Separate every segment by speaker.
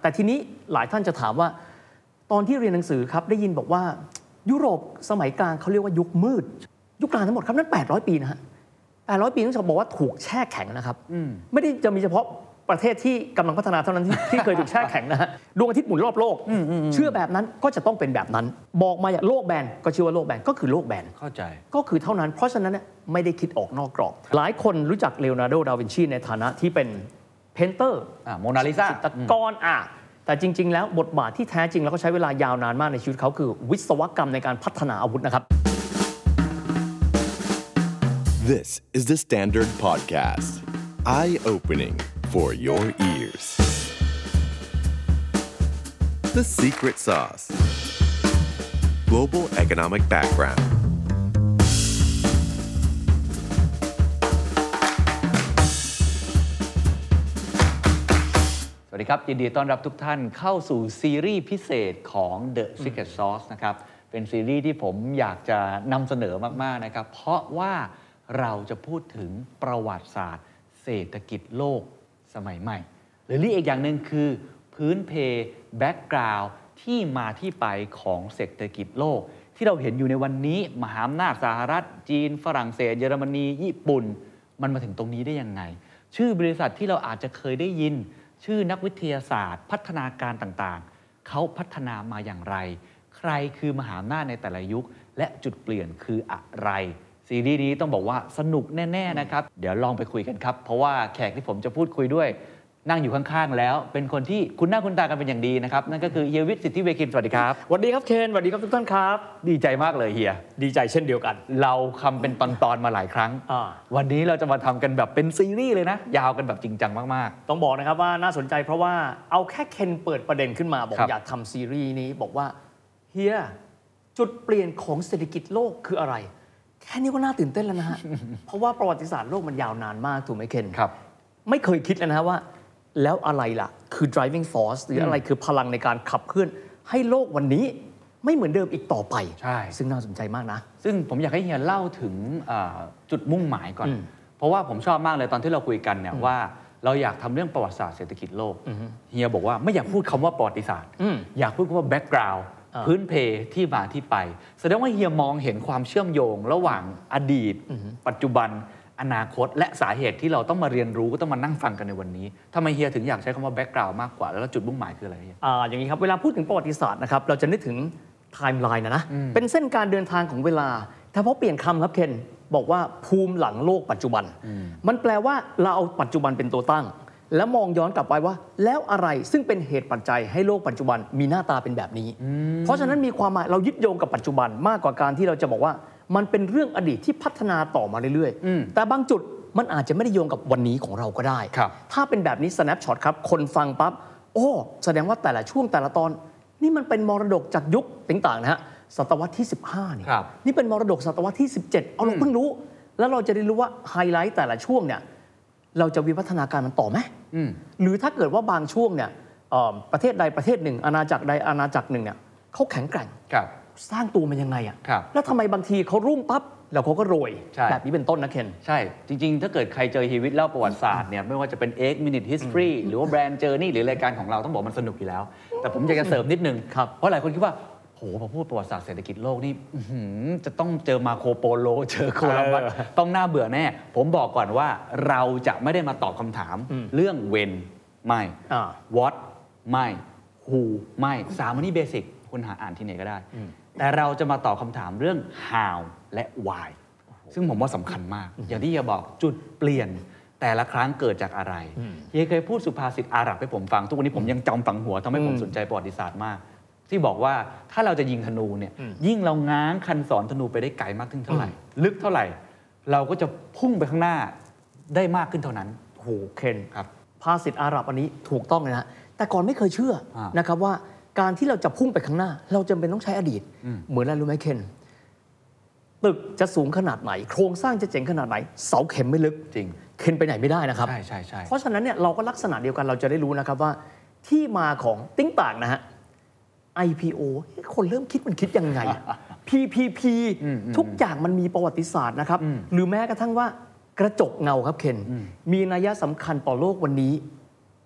Speaker 1: แต่ทีนี้หลายท่านจะถามว่า ตอนที่เรียนหนังสือครับได้ยินบอกว่า ยุโรปสมัยกลางเขาเรียกว่ายุคมืด ยุคกลางทั้งหมดครับนั่น 800 ปีนะฮะ800 ปีต้องบอกว่าถูกแช่แข็งนะครับ
Speaker 2: อืม
Speaker 1: ไม่ได้จะมีเฉพาะประเทศที่กำลังพัฒนาเท่านั้นที่ ที่เคยถูกแช่แข็งนะฮะดวงอาทิตย์หมุนรอบโลก
Speaker 2: อืมอืมอืม
Speaker 1: เชื่อแบบนั้นก็จะต้องเป็นแบบนั้น บอกมาอย่างโลกแบนก็เชื่อว่าโลกแบนก็คือโลกแบน
Speaker 2: เข้าใจ
Speaker 1: ก็คือเท่านั้น เพราะฉะนั้นเนี่ยไม่ได้คิดออกนอกกรอบ หลายคนรู้จักเลโอนาร์โด ดาวินชีในฐานะที่เป็นเพนเตอร์
Speaker 2: อ่าโมนาลิซา
Speaker 1: ตะกอนอ่ะแต่จริง ๆ แล้วบทบาทที่แท้จริงแล้วก็ใช้เวลายาวนานมากในชีวิตเขาคือวิศวกรรมในการพัฒนาอาวุธนะครับ
Speaker 3: This is the Standard Podcast. Eye opening for your ears. The Secret Sauce Global Economic Background.
Speaker 2: สวัสดีครับ ยินดีต้อนรับทุกท่านเข้าสู่ซีรีส์พิเศษของ The Secret Sauce นะครับ เป็นซีรีส์ที่ผมอยากจะนำเสนอมาก ๆ นะครับ เพราะว่าเราจะพูดถึงประวัติศาสตร์ เศรษฐกิจโลกสมัยใหม่ หรือเรียกอีกอย่างหนึ่งคือ พื้นเพแบ็กกราวที่มาที่ไปของเศรษฐกิจโลก ที่เราเห็นอยู่ในวันนี้ มหาอำนาจสหรัฐ จีน ฝรั่งเศส เยอรมนี ญี่ปุ่น มันมาถึงตรงนี้ได้ยังไง ชื่อบริษัทที่เราอาจจะเคยได้ยิน ชื่อนักวิทยาศาสตร์ พัฒนาการต่างๆ เขาพัฒนามาอย่างไร ใครคือมหาอำนาจในแต่ละยุค และจุดเปลี่ยนคืออะไร ซีรีส์นี้ต้องบอกว่าสนุกแน่ ๆ นะครับ เดี๋ยวลองไปคุยกันครับ เพราะว่าแขกที่ผมจะพูดคุยด้วย นั่งอยู่ข้าง ๆ แล้ว เป็นคนที่คุณหน้าคุณตากันเป็นอย่างดีนะครับ นั่นก็คือเฮียวิทย์สิทธิเวคินสวัสดีครับ
Speaker 1: สวัสดีครับเคนสวัสดีครับทุกท่านครับ
Speaker 2: ดีใจมากเลยเฮีย
Speaker 1: ดีใจเช่นเดียวกัน
Speaker 2: เราคำเป็นตอนๆมาหลายครั้ง
Speaker 1: อ่า
Speaker 2: วันนี้เราจะมาทำกันแบบเป็นซีรีส์เลยนะ ยาวกันแบบจริงจังมาก
Speaker 1: ต้องบอกนะครับว่าน่าสนใจเพราะว่าเอาแค่เคนเปิดประเด็นขึ้นมา บอก
Speaker 2: ครับ
Speaker 1: อยากทำซีรีส์นี้บอกว่าเฮียจุดเปลี่ยนของเศรษฐกิจโลกคืออะไร แค่นี้ก็น่าตื่นเต้นแล้วนะฮะ เพราะว่าประวัติศาสตร์โลกมันยาวนานมากถูกไหมเคน
Speaker 2: ๆ ครับ
Speaker 1: ไม่เคยคิดเลยนะฮะว่า แล้วอะไรล่ะ คือ driving force หรืออะไรคือพลังในการขับเคลื่อน ให้โลกวันนี้ไม่เหมือนเดิมอีกต่อไป
Speaker 2: ใช่
Speaker 1: ซึ่งน่าสนใจมากนะ
Speaker 2: ซึ่งผมอยากให้เฮียเล่าถึงเอ่อจุดมุ่งหมายก่อน
Speaker 1: อืม
Speaker 2: เพราะว่าผมชอบมากเลยตอนที่เราคุยกันเนี่ยว่าเราอยากทำเรื่องประวัติศาสตร์เศรษฐกิจโลกเฮียบอกว่าไม่อยากพูดคำว่าประวัติศาสตร์
Speaker 1: อืม
Speaker 2: อยากพูดคำว่าแบ็กกราวด์
Speaker 1: อ่า
Speaker 2: พื้นเพที่มาที่ไป แสดงว่าเฮียมองเห็นความเชื่อมโยงระหว่างอดีต ปัจจุบัน อนาคต และสาเหตุที่เราต้องมาเรียนรู้ก็ต้องมานั่งฟังกันในวันนี้ทำไมเฮียถึงอยากใช้คำว่าแบ็กกราวด์มากกว่าแล้วจุดมุ่งหมายคืออะไรเฮีย
Speaker 1: อ่าอย่างนี้ครับ เวลาพูดถึงประวัติศาสตร์นะครับ เราจะนึกถึงไทม์ไลน์นะนะ เป็นเส้นการเดินทางของเวลา แต่พอเปลี่ยนคำครับเคน บอกว่าภูมิหลังโลกปัจจุบัน มันแปลว่าเราเอาปัจจุบันเป็นตัวตั้ง แล้วมองย้อนกลับไปว่า แล้วอะไรซึ่งเป็นเหตุปัจจัยให้โลกปัจจุบันมีหน้าตาเป็นแบบนี้ เพราะฉะนั้นมีความหมายเรายึดโยงกับปัจจุบันมากกว่าการที่เราจะบอกว่า มันเป็นเรื่องอดีตที่พัฒนาต่อมาเรื่อย
Speaker 2: อืม
Speaker 1: ๆ แต่บางจุดมันอาจจะไม่ได้โยงกับวันนี้ของเราก็ได้
Speaker 2: ครับ
Speaker 1: ถ้าเป็นแบบนี้ snapshot ครับ คนฟังปั๊บ โอ้ แสดงว่าแต่ละช่วงแต่ละตอน นี่มันเป็นมรดกจากยุคต่างๆนะฮะ ศตวรรษที่ 15 นี่
Speaker 2: ครับ
Speaker 1: นี่เป็นมรดกศตวรรษที่ 17 เอาเราเพิ่งรู้ แล้วเราจะได้รู้ว่าไฮไลท์แต่ละช่วงเนี่ย เราจะวิวัฒนาการมันต่อไหม
Speaker 2: อืม
Speaker 1: หรือถ้าเกิดว่าบางช่วงเนี่ยเอ่อประเทศใดประเทศหนึ่ง อาณาจักรใดอาณาจักรหนึ่งเนี่ยเขาแข็งแกร่ง
Speaker 2: ครับ
Speaker 1: สร้างตัวมันยังไงอะ
Speaker 2: ครับ
Speaker 1: แล้วทำไมบางทีเขารุ่งปั๊บแล้วเขาก็โรย
Speaker 2: ใช่
Speaker 1: แบบนี้เป็นต้นนะเคน
Speaker 2: ใช่ จริง ๆ ถ้าเกิดใครเจอฮีวิตเล่าประวัติศาสตร์เนี่ยไม่ว่าจะเป็น 8 minute history หรือว่าแบรนด์เจอร์นี่หรือรายการของเราต้องบอกมันสนุกอยู่แล้ว แต่ผมอยากจะเสริมนิดนึง
Speaker 1: ครับ
Speaker 2: เพราะหลายคนคิดว่าโหพอพูดประวัติศาสตร์เศรษฐกิจโลกนี่อื้อหือจะต้องเจอมาโคโปโล เจอโคลัมบัส
Speaker 1: เออ
Speaker 2: ต้องน่าเบื่อแน่ ผมบอกก่อนว่าเราจะไม่ได้มาตอบคำถามเรื่อง when ไม่
Speaker 1: อ่า
Speaker 2: what ไม่ who ไม่สามอันนี้เบสิกคุณหาอ่านที่ไหนก็ได้ แต่เราจะมาตอบคำถามเรื่อง how และ why ซึ่งผมว่าสำคัญมาก อย่างที่เฮียบอกจุดเปลี่ยน แต่ละครั้งเกิดจากอะไรเฮียเคยพูดสุภาษิตอาหรับให้ผมฟัง ทุกวันนี้ผมยังจำฝังหัวทำให้ผม
Speaker 1: อืม
Speaker 2: สนใจประวัติศาสตร์มาก ที่บอกว่าถ้าเราจะยิงธนูเนี่ยยิ่งเราง้างคันสอนธนูไปได้ไกลมากขึ้นเท่าไหร่ ลึกเท่าไหร่ เราก็จะพุ่งไปข้างหน้าได้มากขึ้นเท่านั้น
Speaker 1: โอ้โหเคน
Speaker 2: ครับ
Speaker 1: ภาษิตอาหรับอันนี้ถูกต้องเลยนะ แต่ก่อนไม่เคยเชื่อ
Speaker 2: อ่า
Speaker 1: นะครับว่าการที่เราจะพุ่งไปข้างหน้า เราจำเป็นต้องใช้อดีต เหมือนอะไรรู้ไหมเคน ตึกจะสูงขนาดไหน โครงสร้างจะเจ๋งขนาดไหน เสาเข็มไม่ลึก
Speaker 2: จริง
Speaker 1: เคนไปไหนไม่ได้นะครับ
Speaker 2: ใช่ใช่ใช่
Speaker 1: เพราะฉะนั้นเนี่ยเราก็ลักษณะเดียวกันเราจะได้รู้นะครับว่าที่มาของติ้งต่างนะฮะ IPO เฮ้ยคนเริ่มคิดมันคิด ยังไงอะ PPP ทุกอย่างมันมีประวัติศาสตร์นะครับ หรือแม้กระทั่งว่ากระจกเงาครับเคน มีนัยสำคัญต่อโลกวันนี้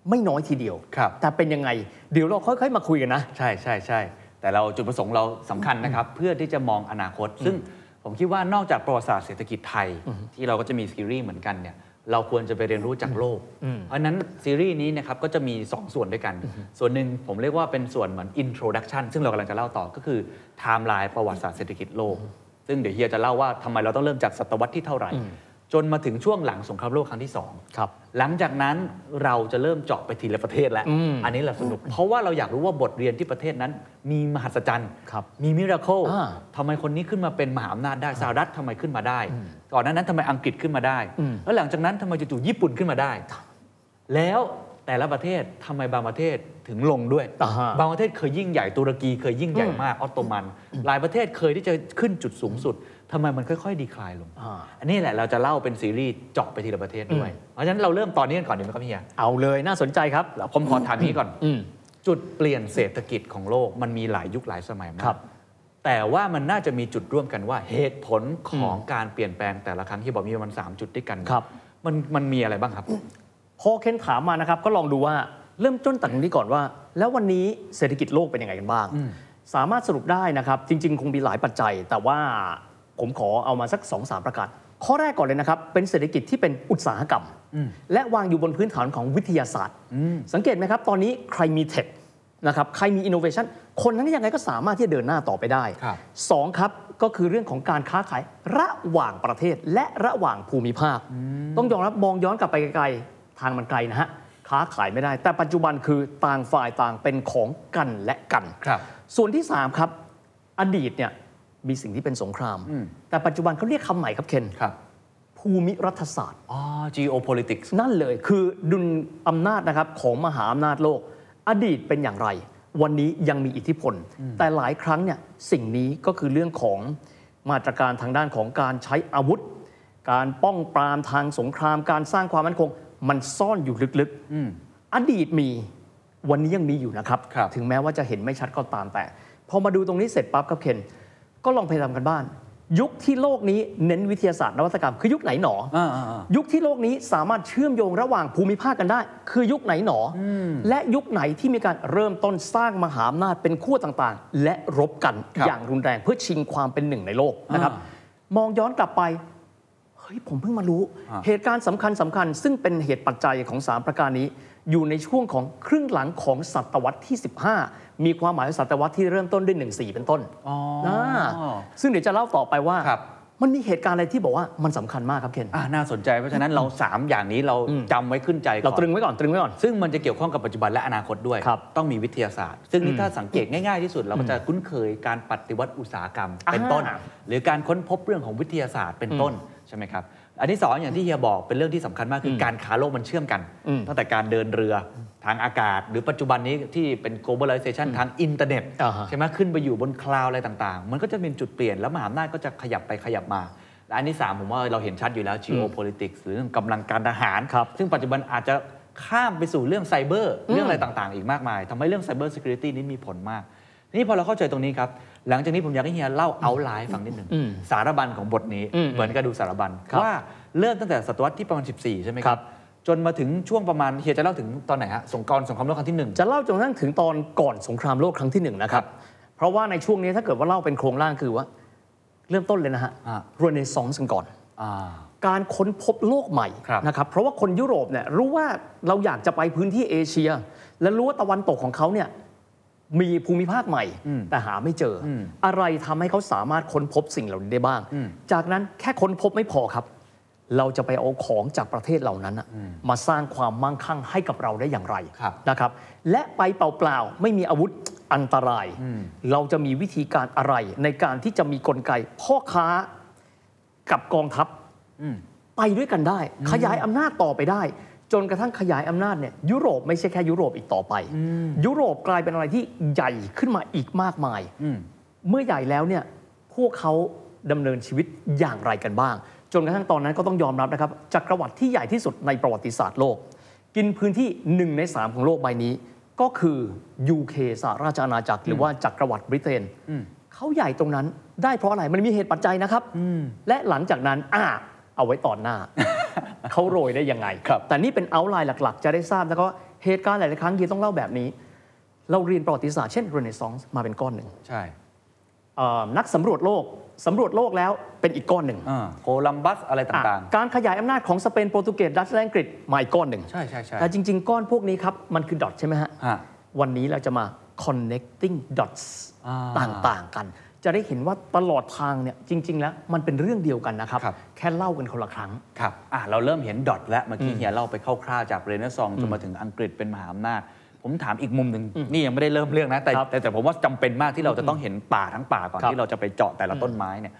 Speaker 1: ไม่น้อยทีเดียว
Speaker 2: ครับ
Speaker 1: แต่เป็นยังไง เดี๋ยวเราค่อย ๆ มาคุยกันนะ
Speaker 2: ใช่ใช่ใช่แต่เราจุดประสงค์เราสำคัญนะครับ เพื่อที่จะมองอนาคต ซึ่งผมคิดว่านอกจากประวัติศาสตร์เศรษฐกิจไทย ที่เราก็จะมีซีรีส์เหมือนกันเนี่ยเราควรจะไปเรียนรู้จากโลก เพราะฉะนั้นซีรีส์นี้นะครับก็จะมี 2 ส่วนด้วยกัน ส่วนหนึ่งผมเรียกว่าเป็นส่วนเหมือนอินโทรดักชันซึ่งเรากำลังจะเล่าต่อก็คือไทม์ไลน์ประวัติศาสตร์เศรษฐกิจโลก ซึ่งเดี๋ยวเฮียจะเล่าว่าทำไมเราต้องเริ่มจากศตวรรษที่เท่าไหร่ จนมาถึงช่วงหลังสงครามโลกครั้งที่สอง
Speaker 1: ครับ
Speaker 2: หลังจากนั้นเราจะเริ่มเจาะไปทีละประเทศแล้ว อันนี้แหละสนุก เพราะว่าเราอยากรู้ว่าบทเรียนที่ประเทศนั้น มีมหัศจรรย์
Speaker 1: ครับ
Speaker 2: มีมิราเคิล
Speaker 1: อ่า
Speaker 2: ทำไมคนนี้ขึ้นมาเป็นมหาอำนาจได้สหรัฐทำไมขึ้นมาได้ ก่อนหน้านั้นทำไมอังกฤษขึ้นมาได้
Speaker 1: อืม
Speaker 2: แล้วหลังจากนั้นทำไมจู่ๆญี่ปุ่นขึ้นมาได้ แล้วแต่ละประเทศทำไมบางประเทศถึงลงด้วย
Speaker 1: อ่าฮะ
Speaker 2: บางประเทศเคยยิ่งใหญ่ตุรกีเคยยิ่งใหญ่มากออตโตมัน หลายประเทศเคยที่จะขึ้นจุดสูงสุดทำไมมันค่อยๆ ดีคลายลง
Speaker 1: อ่า
Speaker 2: อันนี้แหละเราจะเล่าเป็นซีรีส์เจาะไปทีละประเทศด้วย เพราะฉะนั้นเราเริ่มตอนนี้กันก่อนดีไหมครับพี่เฮีย
Speaker 1: เอาเลยน่าสนใจครับ
Speaker 2: แล้วผมขอถามนี้ก่อน
Speaker 1: อืม
Speaker 2: จุดเปลี่ยนเศรษฐกิจของโลกมันมีหลายยุคหลายสมัยมา
Speaker 1: ครั
Speaker 2: ก
Speaker 1: บ
Speaker 2: แต่ว่ามันน่าจะมีจุดร่วมกันว่าเหตุผลของการเปลี่ยนแปลงแต่ละครั้งที่บอกมีประมาณสามจุดด้วยกัน
Speaker 1: ครับ
Speaker 2: มันมันมีอะไรบ้างครับ
Speaker 1: พอเคนถามมานะครับก็ลองดูว่าเริ่มต้นจากตรงนี้ก่อนว่า แล้ววันนี้เศรษฐกิจโลกเป็นยังไงกันบ้าง สามารถสรุปได้นะครับ จริง ๆ คงมีหลายปัจจัย แต่ว่าผมขอเอามาสัก 2-3สามประการข้อแรกก่อนเลยนะครับ เป็นเศรษฐกิจที่เป็นอุตสาหกรรม และวางอยู่บนพื้นฐานของวิทยาศาสตร์ สังเกตไหมครับ ตอนนี้ใครมีเทคนะครับใครมีอินโนเวชันคนนั้นยังไงก็สามารถที่จะเดินหน้าต่อไปได้
Speaker 2: ครับ
Speaker 1: สองครับก็คือเรื่องของการค้าขายระหว่างประเทศและระหว่างภูมิภาค ต้องยอมรับมองย้อนกลับไปไกลๆ ทางมันไกลนะฮะ ค้าขายไม่ได้ แต่ปัจจุบันคือต่างฝ่ายต่างเป็นของกันและกัน
Speaker 2: ครับ
Speaker 1: ส่วนที่ 3 ครับ อดีตเนี่ยมีสิ่งที่เป็นสงคราม
Speaker 2: อืม
Speaker 1: แต่ปัจจุบันเขาเรียกคำใหม่ครับเคน
Speaker 2: ครับ
Speaker 1: ภูมิรัฐศาสตร์
Speaker 2: อ๋อ geopolitics
Speaker 1: นั่นเลยคือดุลอำนาจนะครับของมหาอำนาจโลก อดีตเป็นอย่างไร วันนี้ยังมีอิทธิพล แต่หลายครั้งเนี่ยสิ่งนี้ก็คือเรื่องของมาตรการทางด้านของการใช้อาวุธ การป้องปรามทางสงคราม การสร้างความมั่นคง มันซ่อนอยู่ลึก
Speaker 2: อืม
Speaker 1: ๆ อดีตมีวันนี้ยังมีอยู่นะครับ
Speaker 2: ครับ
Speaker 1: ถึงแม้ว่าจะเห็นไม่ชัดก็ตามแต่ พอมาดูตรงนี้เสร็จปั๊บครับเคนก็ลองพยายามกันบ้าน ยุคที่โลกนี้เน้นวิทยาศาสตร์นวัตกรรมคือยุคไหนหนอ
Speaker 2: อ่าอ่าอ่า
Speaker 1: ยุคที่โลกนี้สามารถเชื่อมโยงระหว่างภูมิภาคกันได้ คือยุคไหนหนออและยุคไหนที่มีการเริ่มต้นสร้างมหาอำนาจเป็นขั้วต่างๆ และรบกัน
Speaker 2: ครับ
Speaker 1: อย่างรุนแรงเพื่อชิงความเป็นหนึ่งในโลกนะครับ
Speaker 2: อ่
Speaker 1: มองย้อนกลับไป เฮ้ย ผมเพิ่งมารู้
Speaker 2: อ่า
Speaker 1: เหตุการณ์สำคัญสำคัญๆซึ่งเป็นเหตุปัจจัยของ 3 ประการนี้ อยู่ในช่วงของครึ่งหลังของศตวรรษที่ 15 มีความหมายว่าศตวรรษที่เริ่มต้นด้วย14 เป็นต้น
Speaker 2: อ๋ออ
Speaker 1: อ่าซึ่งเดี๋ยวจะเล่าต่อไปว่า
Speaker 2: ครับ
Speaker 1: มันมีเหตุการณ์อะไรที่บอกว่ามันสำคัญมากครับเคน
Speaker 2: อ่าน่าสนใจเพราะฉะนั้นเรา 3 อย่างนี้เราจำไว้ขึ้นใจก่
Speaker 1: เรา
Speaker 2: อน
Speaker 1: ตรึงไว้ก่อนตรึงไว้ก่อน
Speaker 2: ซึ่งมันจะเกี่ยวข้องกับปัจจุบันและอนาคตด้วย
Speaker 1: ครับ
Speaker 2: ต้องมีวิทยาศาสตร์ ซึ่งนี่ถ้าสังเกตง่ายๆที่สุด เราก็จะคุ้นเคยการปฏิวัติอุตสาหกรรม เป็นต้น
Speaker 1: อ่า
Speaker 2: หรือการค้นพบเรื่องของวิทยาศาสตร์เป็นต้นใช่ไหมครับ อันที่สองอย่างที่เฮียบอกเป็นเรื่องที่สำคัญมากคือการค้าโลกมันเชื่อมกัน
Speaker 1: อืม
Speaker 2: ตั้งแต่การเดินเรือทางอากาศ หรือปัจจุบันนี้ที่เป็น globalization ทางอินเทอร์เน็ต
Speaker 1: อ่าฮะ
Speaker 2: ใช่ไหมขึ้นไปอยู่บนคลาวด์อะไรต่างๆ มันก็จะเป็นจุดเปลี่ยนแล้วมหาอำนาจก็จะขยับไปขยับมาและอันที่สามผมว่าเราเห็นชัดอยู่แล้ว geopolitics หรือเรื่องกำลังการทหาร
Speaker 1: ครับ
Speaker 2: ซึ่งปัจจุบันอาจจะข้ามไปสู่เรื่องไซเบอร์เรื่องอะไรต่างๆ อีกมากมายทำให้เรื่องไซเบอร์ซิเคียวริตี้นี้มีผลมาก ทีนี้พอเราเข้าใจตรงนี้ครับ หลังจากนี้ผมอยากให้เฮียเล่าเอาไลน์ฟังนิดหนึ่ง
Speaker 1: อืม
Speaker 2: สารบัญของบทนี้
Speaker 1: อืม
Speaker 2: เหมือนกับดูสารบัญ
Speaker 1: ครับ
Speaker 2: ว่าเริ่มตั้งแต่ศตวรรษที่ประมาณ 14 ใช่ไหมค
Speaker 1: ครั
Speaker 2: รับ
Speaker 1: บ
Speaker 2: จนมาถึงช่วงประมาณเฮียจะเล่าถึงตอนไหนฮะสงกรานต์สงครามโลกครั้งที่หนึ่ง
Speaker 1: จะเล่าจนกระทั่งถึงตอนก่อนสงครามโลกครั้งที่หนึ่งนะครับ เพราะว่าในช่วงนี้ถ้าเกิดว่าเล่าเป็นโครงร่างคือว่า เริ่มต้นเลยนะฮะ
Speaker 2: อ่า
Speaker 1: รเนซองส์กันก่อน
Speaker 2: อ่า
Speaker 1: การค้นพบโลกใหม่
Speaker 2: ครับ
Speaker 1: นะครับ เพราะว่าคนยุโรปเนี่ยรู้ว่าเราอยากจะไปพื้นที่เอเชีย และรู้ว่าตะวันตกของเขาเนี่ยมีภูมิภาคใหม่ แต่หาไม่เจอออะไรทำให้เขาสามารถค้นพบสิ่งเหล่านี้ได้บ้าง จากนั้นแค่ค้นพบไม่พอครับ เราจะไปเอาของจากประเทศเหล่านั้นน่ะมาสร้างความมั่งคั่งให้กับเราได้อย่างไร
Speaker 2: ครับ
Speaker 1: นะครับและไปเปล่าๆ ไม่มีอาวุธอันตราย เราจะมีวิธีการอะไรในการที่จะมีกลไกพ่อค้ากับกองทัพ
Speaker 2: อืม
Speaker 1: ไปด้วยกันได้ ขยายอำนาจต่อไปได้ จนกระทั่งขยายอำนาจเนี่ยยุโรปไม่ใช่แค่ยุโรปอีกต่อไป ยุโรปกลายเป็นอะไรที่ใหญ่ขึ้นมาอีกมากมาย
Speaker 2: อืม
Speaker 1: เมื่อใหญ่แล้วเนี่ยพวกเขาดำเนินชีวิตอย่างไรกันบ้าง จนกระทั่งตอนนั้นก็ต้องยอมรับนะครับจักรวรรดิที่ใหญ่ที่สุดในประวัติศาสตร์โลก กินพื้นที่ 1 ใน 3 ของโลกใบนี้ ก็คือ UK สหราชอาณาจักร หรือว่าจักรวรรดิบริเตน
Speaker 2: อืม
Speaker 1: เขาใหญ่ตรงนั้นได้เพราะอะไรมันมีเหตุปัจจัยนะครับ และหลังจากนั้นอ่า เอาไว้ตอนหน้า เขาโรยได้ยังไง
Speaker 2: ครับ
Speaker 1: แต่นี่เป็นเอาท์ไลน์หลัก ๆ จะได้ทราบแล้วก็ เหตุการณ์หลายๆครั้งยีต้องเล่าแบบนี้ เราเรียนประวัติศาสตร์เช่นเรเนซองส์มาเป็นก้อนหนึ่ง
Speaker 2: ใช่
Speaker 1: เอ่อนักสำรวจโลกสำรวจโลกแล้วเป็นอีกก้อนหนึ่ง
Speaker 2: อ่าโคลัมบัสอะไรต่าง
Speaker 1: อ่ะการขยายอำนาจของสเปนโปรตุเกสดัตช์และอังกฤษมาอีกก้อนหนึ่ง
Speaker 2: ๆ ใช่ใช่ใช่
Speaker 1: แต่จริง ๆ ก้อนพวกนี้ครับ มันคือดอทใช่ไหมฮะ
Speaker 2: ฮะ
Speaker 1: วันนี้เราจะมา connecting dots
Speaker 2: อ่า
Speaker 1: ต่าง ๆ กัน จะได้เห็นว่าตลอดทางเนี่ยจริง ๆ แล้วมันเป็นเรื่องเดียวกันนะครับ
Speaker 2: ครับ
Speaker 1: แค่เล่ากันคนละครั้ง
Speaker 2: ครับอ่ะเราเริ่มเห็นดอทแล้วเมื่อกี้เฮียเล่าไปคร่าวๆจากเรเนซองจนมาถึงอังกฤษเป็นมหาอำนาจ ผมถามอีกมุมหนึ่งนี่ยังไม่ได้เริ่มเรื่องนะแต่
Speaker 1: ครับ
Speaker 2: แต่แต่ผมว่าจำเป็นมากที่เราจะต้องเห็นป่าทั้งป่าก่อน
Speaker 1: ครับ
Speaker 2: ที่เราจะไปเจาะแต่ละต้นไม้เนี่ย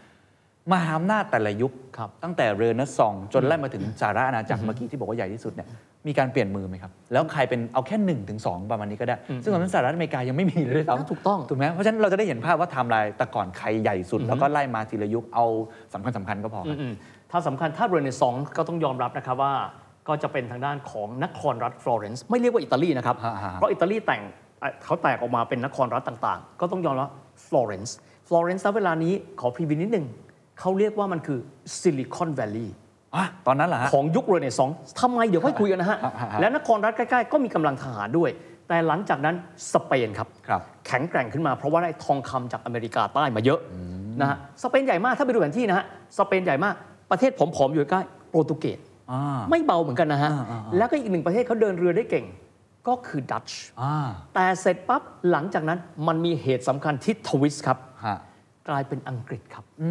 Speaker 2: มหาอำนาจแต่ละยุค
Speaker 1: ครับ
Speaker 2: ตั้งแต่เรเนซองจนไล่มาถึงสาราอาณาจักรเมื่อกี้ที่บอกว่าใหญ่ที่สุดเนี่ยมีการเปลี่ยนมือไหมครับ แล้วใครเป็นเอาแค่1นถึงสประมาณนี้ก็ได้ ซึ่งตอนนั้นสหรัฐอเมริกายังไม่มีเลยด้วย
Speaker 1: อ่า
Speaker 2: ซ้ำ
Speaker 1: ถูกต้อง
Speaker 2: ถูกไหมเพราะฉะนั้นเราจะได้เห็นภาพว่าไทม์ไลน์แต่ก่อนใครใหญ่สุด แล้วก็ไล่มาทีละยุคเอาสำคัญสำคัญๆก็พอครับ
Speaker 1: อืมๆถ้าสำคัญถ้าเรเนซองส์ก็ต้องยอมรับนะครับว่าก็จะเป็นทางด้านของนครรัฐฟลอเรนซ์ไม่เรียกว่าอิตาลีนะครับ
Speaker 2: ฮะฮะ
Speaker 1: เพราะอิตาลีแต่งเอ่อเขาแตกออกมาเป็นนครรัฐต่างๆ ก็ต้องยอมรับฟลอเรนซ์ฟลอเรนซ์ณเวลานี้ขอพรีวิวนิดนึงเขาเรียกว่ามันคือซิลิคอนแวลลีย์
Speaker 2: ะตอนนั้นเหรอฮะ
Speaker 1: ของยุคเรเนซองส์ทำไมเดี๋ยวค่อยคุยกันนะฮะ
Speaker 2: ฮะฮะฮะ
Speaker 1: และนครรัฐใกล้ๆ ก็มีกำลังทหารด้วย แต่หลังจากนั้นสเปนครับ
Speaker 2: ครับ
Speaker 1: แข็งแกร่งขึ้นมาเพราะว่าได้ทองคำจากอเมริกาใต้มาเยอะนะฮะสเปนใหญ่มากถ้าไปดูแผนที่นะฮะสเปนใหญ่มากประเทศผอมๆอยู่ใกล้โปรตุเกส
Speaker 2: อ่า
Speaker 1: ไม่เบาเหมือนกันนะฮะ
Speaker 2: อ่าอ่าอ่า
Speaker 1: แล้วก็อีกหนึ่งประเทศเขาเดินเรือได้เก่ง ก็คือดัตช์
Speaker 2: อ่า
Speaker 1: แต่เสร็จปั๊บหลังจากนั้นมันมีเหตุสำคัญที่ทวิสต์ครับ
Speaker 2: ฮะ
Speaker 1: กลายเป็นอังกฤษครับ
Speaker 2: อื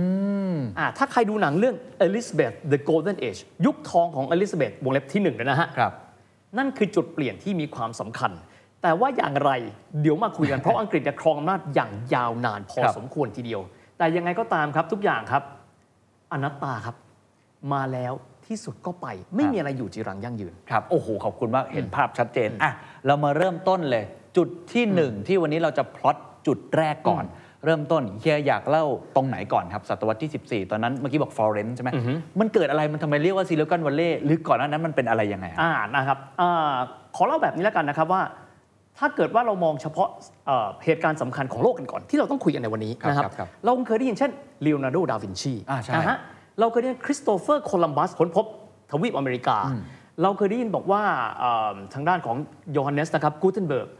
Speaker 2: ม
Speaker 1: อ่าถ้าใครดูหนังเรื่อง Elizabeth the Golden Age ยุคทองของ Elizabeth วงเล็บที่หนึ่งนะฮะ
Speaker 2: ครับ
Speaker 1: นั่นคือจุดเปลี่ยนที่มีความสำคัญ แต่ว่าอย่างไรเดี๋ยวมาคุยกัน เพราะอังกฤษเนี่ยครองอำนาจอย่างยาวนานพอ
Speaker 2: ครับ
Speaker 1: สมควรทีเดียว แต่ยังไงก็ตามครับทุกอย่างครับ อนัตตาครับ มาแล้วที่สุดก็ไป ไม่มีอะไรอยู่จีรังยั่งยืน
Speaker 2: ครับ โอ้โห ขอบคุณมาก เห็นภาพชัดเจน อ่ะ เรามาเริ่มต้นเลย จุดที่หนึ่งที่วันนี้เราจะพลอตจุดแรกก่อน เริ่มต้นเฮียอยากเล่าตรงไหนก่อนครับ ศตวรรษที่ 14 ตอนนั้นเมื่อกี้บอกฟลอเรนซ์ใช่ไหม มันเกิดอะไร มันทำไมเรียกว่าซิลิคอนวัลเลย์หรือก่อนหน้านั้นมันเป็นอะไรยังไงครับ
Speaker 1: อ่านะครับอาขอเล่าแบบนี้แล้วกันนะครับว่า ถ้าเกิดว่าเรามองเฉพาะเอ่อเหตุการณ์สำคัญของโลกกันก่อน ที่เราต้องคุยกันในวันนี้
Speaker 2: ครับ
Speaker 1: นะครับ
Speaker 2: ครับครับ
Speaker 1: เราคงเคยได้ยินเช่นเลโอนาร์โด ดาวินชี
Speaker 2: อ่าใช่
Speaker 1: นะฮะเราเคยได้ยินคริสโตเฟอร์ โคลัมบัสค้นพบทวีปอเมริกา เราเคยได้ยินบอกว่าเอ่อทางด้านของยอห์นเนสนะครับกูเทนเบิร์ก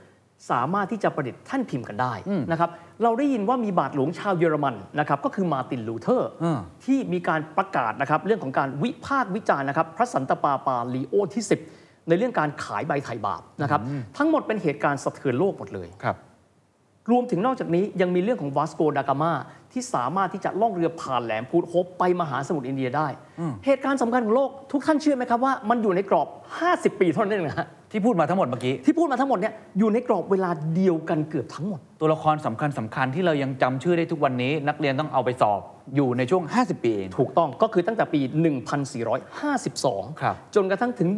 Speaker 1: สามารถที่จะประดิษฐ์แท่านพิมพ์กันได้นะครับเราได้ยินว่ามีบาทหลวงชาวเยอรมันนะครับก็คือมาร์ตินลูเทอร์
Speaker 2: อืม
Speaker 1: ที่มีการประกาศนะครับเรื่องของการวิพากษ์วิจารณ์นะครับพระสันตะปาปาลีโอที่ 10 ในเรื่องการขายใบไถ่บาปนะครับทั้งหมดเป็นเหตุการณ์สะเทือนโลกหมดเลย
Speaker 2: ครับ
Speaker 1: รวมถึงนอกจากนี้ยังมีเรื่องของวาสโกดากามาที่สามารถที่จะล่องเรือผ่านแหลมพูดโฮปไปมหาสมุทรอินเดียได้ เหตุการณ์สำคัญของโลกทุกท่านเชื่อไหมครับว่ามันอยู่ในกรอบ 50 ปีเท่านั้นเองนะฮะ
Speaker 2: ที่พูดมาทั้งหมดเมื่อกี้
Speaker 1: ที่พูดมาทั้งหมดเนี่ยอยู่ในกรอบเวลาเดียวกันเกือบทั้งหมด
Speaker 2: ตัวละครสำคัญสำคัญที่เรายังจำชื่อได้ทุกวันนี้ นักเรียนต้องเอาไปสอบ อยู่ในช่วง 50 ปีเอง
Speaker 1: ถูกต้องก็คือตั้งแต่ปี
Speaker 2: ครับ
Speaker 1: 1452 จนกระทั่งถึง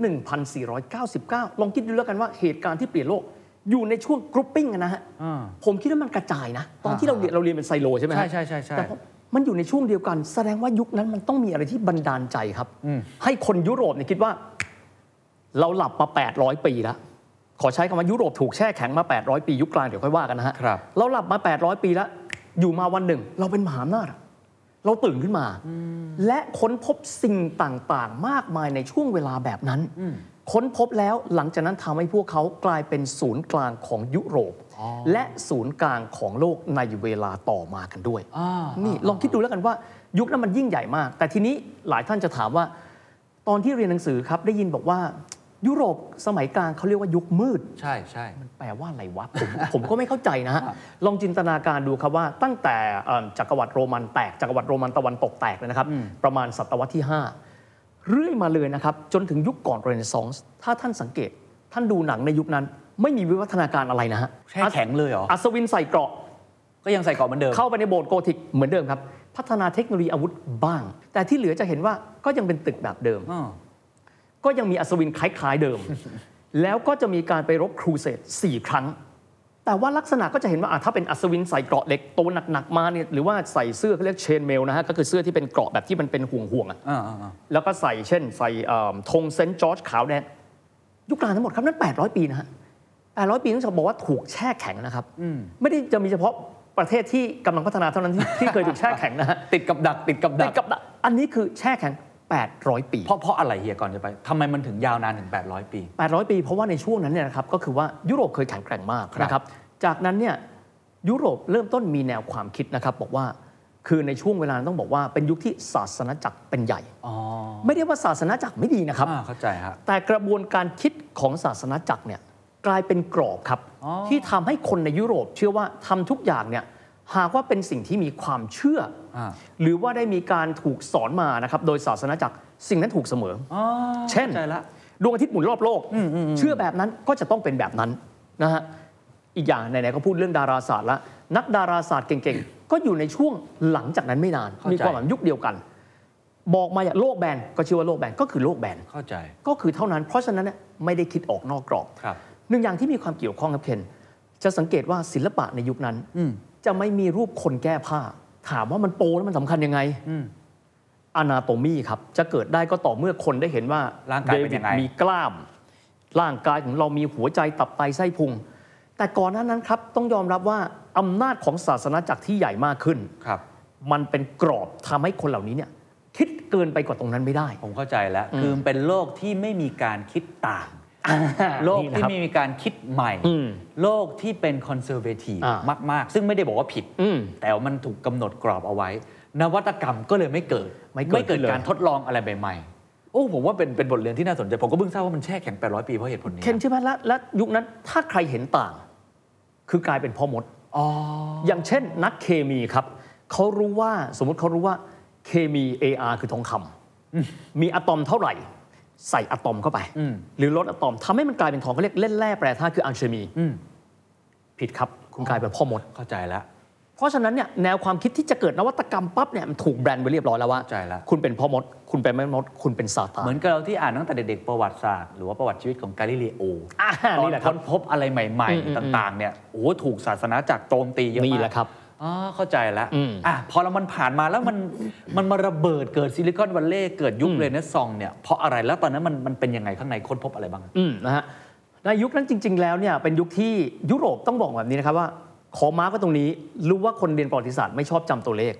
Speaker 1: 1499 ลองคิดดูแล้วกันว่าเหตุการณ์ที่เปลี่ยนโลก อยู่ในช่วงกรุ๊ปปิ้งอะนะฮะ
Speaker 2: อ่า
Speaker 1: ผมคิดว่ามันกระจายนะ ตอนที่
Speaker 2: อ่า
Speaker 1: เราเรียนเราเรียนเป็นไซโลใช่ไหมฮะ
Speaker 2: ใช่ใช่ใช่ใช่
Speaker 1: แต่พอมันอยู่ในช่วงเดียวกัน แสดงว่ายุคนั้นมันต้องมีอะไรที่บันดาลใจครับ ให้คนยุโรปเนี่ยคิดว่า เราหลับมา 800 ปีแล้ว ขอใช้คำว่ายุโรปถูกแช่แข็งมา 800 ปียุคกลางเดี๋ยวค่อยว่ากันนะฮะ
Speaker 2: ครับ
Speaker 1: เราหลับมา 800 ปีแล้ว อยู่มาวันหนึ่ง เราเป็นมหาอำนาจอะเราตื่นขึ้นมา และค้นพบสิ่งต่างๆ มากมายในช่วงเวลาแบบนั้น ค้นพบแล้วหลังจากนั้นทำให้พวกเขากลายเป็นศูนย์กลางของยุโรป และศูนย์กลางของโลกในเวลาต่อมากันด้วย
Speaker 2: อ่า
Speaker 1: นี่ลองคิดดูแล้วกันว่ายุคนั้นมันยิ่งใหญ่มาก แต่ทีนี้หลายท่านจะถามว่า ตอนที่เรียนหนังสือครับได้ยินบอกว่า ยุโรปสมัยกลางเขาเรียกว่ายุคมืด
Speaker 2: ใช่ใช่
Speaker 1: แปลว่าอะไรวะผม ผมก็ไม่เข้าใจนะฮะ ลองจินตนาการดูครับว่าตั้งแต่เอิ่มจักรวรรดิโรมันแตกจักรวรรดิโรมันตะวันตกแตกเลยนะครับ ประมาณศตวรรษที่ 5 เรื่อยมาเลยนะครับ จนถึงยุคก่อนเรเนซองส์ถ้าท่านสังเกต ท่านดูหนังในยุคนั้น ไม่มีวิวัฒนาการอะไรนะฮะ
Speaker 2: แช่แข็งเลยเหรออั
Speaker 1: อัศวินใส่เกราะ
Speaker 2: ก็ยังใส่เกราะเหมือนเดิม
Speaker 1: เข้าไปในโบสถ์โกธิกเหมือนเดิมครับ พัฒนาเทคโนโลยีอาวุธบ้าง แต่ที่เหลือจะเห็นว่าก็ยังเป็นตึกแบบเดิม
Speaker 2: อ่า
Speaker 1: ก็ยังมีอัศวินคล้ายๆเดิม แล้วก็จะมีการไปรบครูเสดสี่ครั้ง แต่ว่าลักษณะก็จะเห็นว่าอ่ะถ้าเป็นอัศวินใส่เกราะเหล็กตัวหนักๆมาเนี่ยหรือว่าใส่เสื้อเขาเรียกเชนเมลนะฮะก็คือเสื้อที่เป็นเกราะแบบที่มันเป็นห่วงๆอะ
Speaker 2: อ่าอ่าอ่า
Speaker 1: แล้วก็ใส่เช่น ใส่เอิ่มธงเซนต์จอร์จขาวแดงยุคกลางทั้งหมดครับนั่น 800 ปีนะฮะ800 ปีต้องบอกว่าถูกแช่แข็งนะครับไม่ได้จะมีเฉพาะประเทศ ที่กำลังพัฒนาเท่านั้นที่ที่เคยถูกแช่แข็งนะฮะ
Speaker 2: ติดกับดักติดกับดั
Speaker 1: ติ
Speaker 2: ก
Speaker 1: ดกับดักอันนี้คือแช่แข็ง 800 ปี
Speaker 2: เพราะเพราะอะไรเฮียก่อนจะไปทำไมมันถึงยาวนานถึง 800 ปี
Speaker 1: 800 ปี เพราะว่าในช่วงนั้นเนี่ยนะครับก็คือว่ายุโรปเคยแข็งแกร่งมาก
Speaker 2: ครับ
Speaker 1: นะครับ จากนั้นเนี่ยยุโรปเริ่มต้นมีแนวความคิดนะครับ บอกว่าคือในช่วงเวลานั้นต้องบอกว่าเป็นยุคที่ศาสนาจักรเป็นใหญ่
Speaker 2: อ๋อ
Speaker 1: ไม่ได้ว่าศาสนาจักรไม่ดีนะครับ
Speaker 2: อ่าเข้าใจฮะ
Speaker 1: แต่กระบวนการคิดของศาสนาจักรเนี่ยกลายเป็นกรอบครับ
Speaker 2: อ๋อ
Speaker 1: ที่ทำให้คนในยุโรปเชื่อว่าทำทุกอย่างเนี่ยหากว่าเป็นสิ่งที่มีความเชื่อ
Speaker 2: อ่า
Speaker 1: หรือว่าได้มีการถูกสอนมานะครับโดยศาสนาจักรสิ่งนั้นถูกเสมอ
Speaker 2: อ๋อ
Speaker 1: เช่น
Speaker 2: ข้าใจละ
Speaker 1: ดวงอาทิตย์หมุนรอบโลก เชื่อแบบนั้นก็จะต้องเป็นแบบนั้นนะฮะอีกอย่างไหนๆก็พูดเรื่องดาราศาสตร์ละนักดาราศาสตร์เก่งๆ ก็อยู่ในช่วงหลังจากนั้นไม่นาน
Speaker 2: เข้าใจ
Speaker 1: มีความหมายยุคเดียวกัน บอกมาอย่างโลกแบนก็ชื่อว่าโลกแบนก็คือโลกแบน
Speaker 2: เข้าใจ
Speaker 1: ก็คือเท่านั้น เพราะฉะนั้นเนี่ยไม่ได้คิดออกนอกกรอบ
Speaker 2: ครับ
Speaker 1: หนึ่งอย่างที่มีความเกี่ยวข้องครับเคนจะสังเกตว่าศิลปะในยุคนั้น
Speaker 2: อืม
Speaker 1: จะไม่มีรูปคนแก้ผ้า ถามว่ามันโปแล้วมันสำคัญยังไง
Speaker 2: อืม
Speaker 1: อนาโตมีครับ จะเกิดได้ก็ต่อเมื่อคนได้เห็นว่า
Speaker 2: ร่างกายเป็นยังไง
Speaker 1: ดวิดมีกล้าม ร่างกายของเรามีหัวใจตับไตไส้พุง แต่ก่อนหน้านั้นครับ ต้องยอมรับว่าอำนาจของศาสนาจักรที่ใหญ่มากขึ้น
Speaker 2: ครับ
Speaker 1: มันเป็นกรอบทำให้คนเหล่านี้เนี่ยคิดเกินไปกว่าตรงนั้นไม่ได้
Speaker 2: ผมเข้าใจแล้ว คือมันเป็นโลกที่ไม่มีการคิดต่าง โลกที่ไม่มีการคิดใหม่
Speaker 1: อืม
Speaker 2: โลกที่เป็นคอนเซอร์เวทีฟ
Speaker 1: อ่าม
Speaker 2: มาก ๆ ซึ่งไม่ได้บอกว่าผิด
Speaker 1: อืม
Speaker 2: แต่ว่ามันถูกกำหนดกรอบเอาไว้ นวัตกรรมก็เลยไม่เกิด
Speaker 1: ไม่เกิดขึ้นเลย
Speaker 2: การทดลองอะไรใหม่ๆ โอ้ผมว่าเป็นเป็นบทเรียนที่น่าสนใจ ผมก็เพิ่งทราบว่ามันแช่แข็ง 800 ปีเพราะเหตุผลนี้
Speaker 1: เคนใช่ไหมและและยุคนั้นถ้าใครเห็นต่าง คือกลายเป็นพ่อมด
Speaker 2: อ๋อ
Speaker 1: อย่างเช่นนักเคมีครับเขารู้ว่าสมมติเขารู้ว่าเคมี AR คือทองคำมีอะตอมเท่าไหร่ ใส่อะตอมเข้าไป
Speaker 2: อืม
Speaker 1: หรือลดอะตอมทำให้มันกลายเป็นทองเขาเรียกเล่นแร่แปรธาตุคืออัญเชมี
Speaker 2: อืม
Speaker 1: ผิดครับคุณกลายเป็นพ่อมด
Speaker 2: เข้าใจแล้ว
Speaker 1: เพราะฉะนั้นเนี่ยแนวความคิดที่จะเกิดนวัตกรรมปั๊บเนี่ยมันถูกแบรนด์ไว้เรียบร้อยแล้วว่า
Speaker 2: เข้าใจละ
Speaker 1: คุณเป็นพ่อมด คุณเป็นแม่มด คุณเป็นซาตาน
Speaker 2: เหมือนกับเราที่อ่านตั้งแต่เด็กๆประวัติศาสตร์หรือว่าประวัติชีวิตของกาลิเลโอ
Speaker 1: อ่า
Speaker 2: ตอ
Speaker 1: นี่
Speaker 2: น
Speaker 1: แหละครับ
Speaker 2: ค้นพบอะไรใหม่
Speaker 1: อืมอืม
Speaker 2: ๆ ต่างๆ เนี่ย โอ้โหถูกศาสนาจักรโจมตีเยอะมาก
Speaker 1: นี่แหละครับ
Speaker 2: อ๋อ เข้าใจแล้ว
Speaker 1: อืม
Speaker 2: อ่ะ พอแล้วมันผ่านมาแล้ว มัน มันมาระเบิดเกิดซิลิคอนวัลเลย์เกิดยุค
Speaker 1: อืม
Speaker 2: เรเนซองส์เนี่ย เพราะอะไร แล้วตอนนั้นมัน มันเป็นยังไงข้างในค้นพบอะไรบ้าง
Speaker 1: อืมนะฮะในยุคนั้นจริง ๆ แล้วเนี่ยเป็นยุคที่ยุโรปต้องบอกแบบนี้นะครับว่า ขอมาร์กไว้ตรงนี้ รู้ว่าคนเรียนประวัติศาสตร์ไม่ชอบจำตัวเลข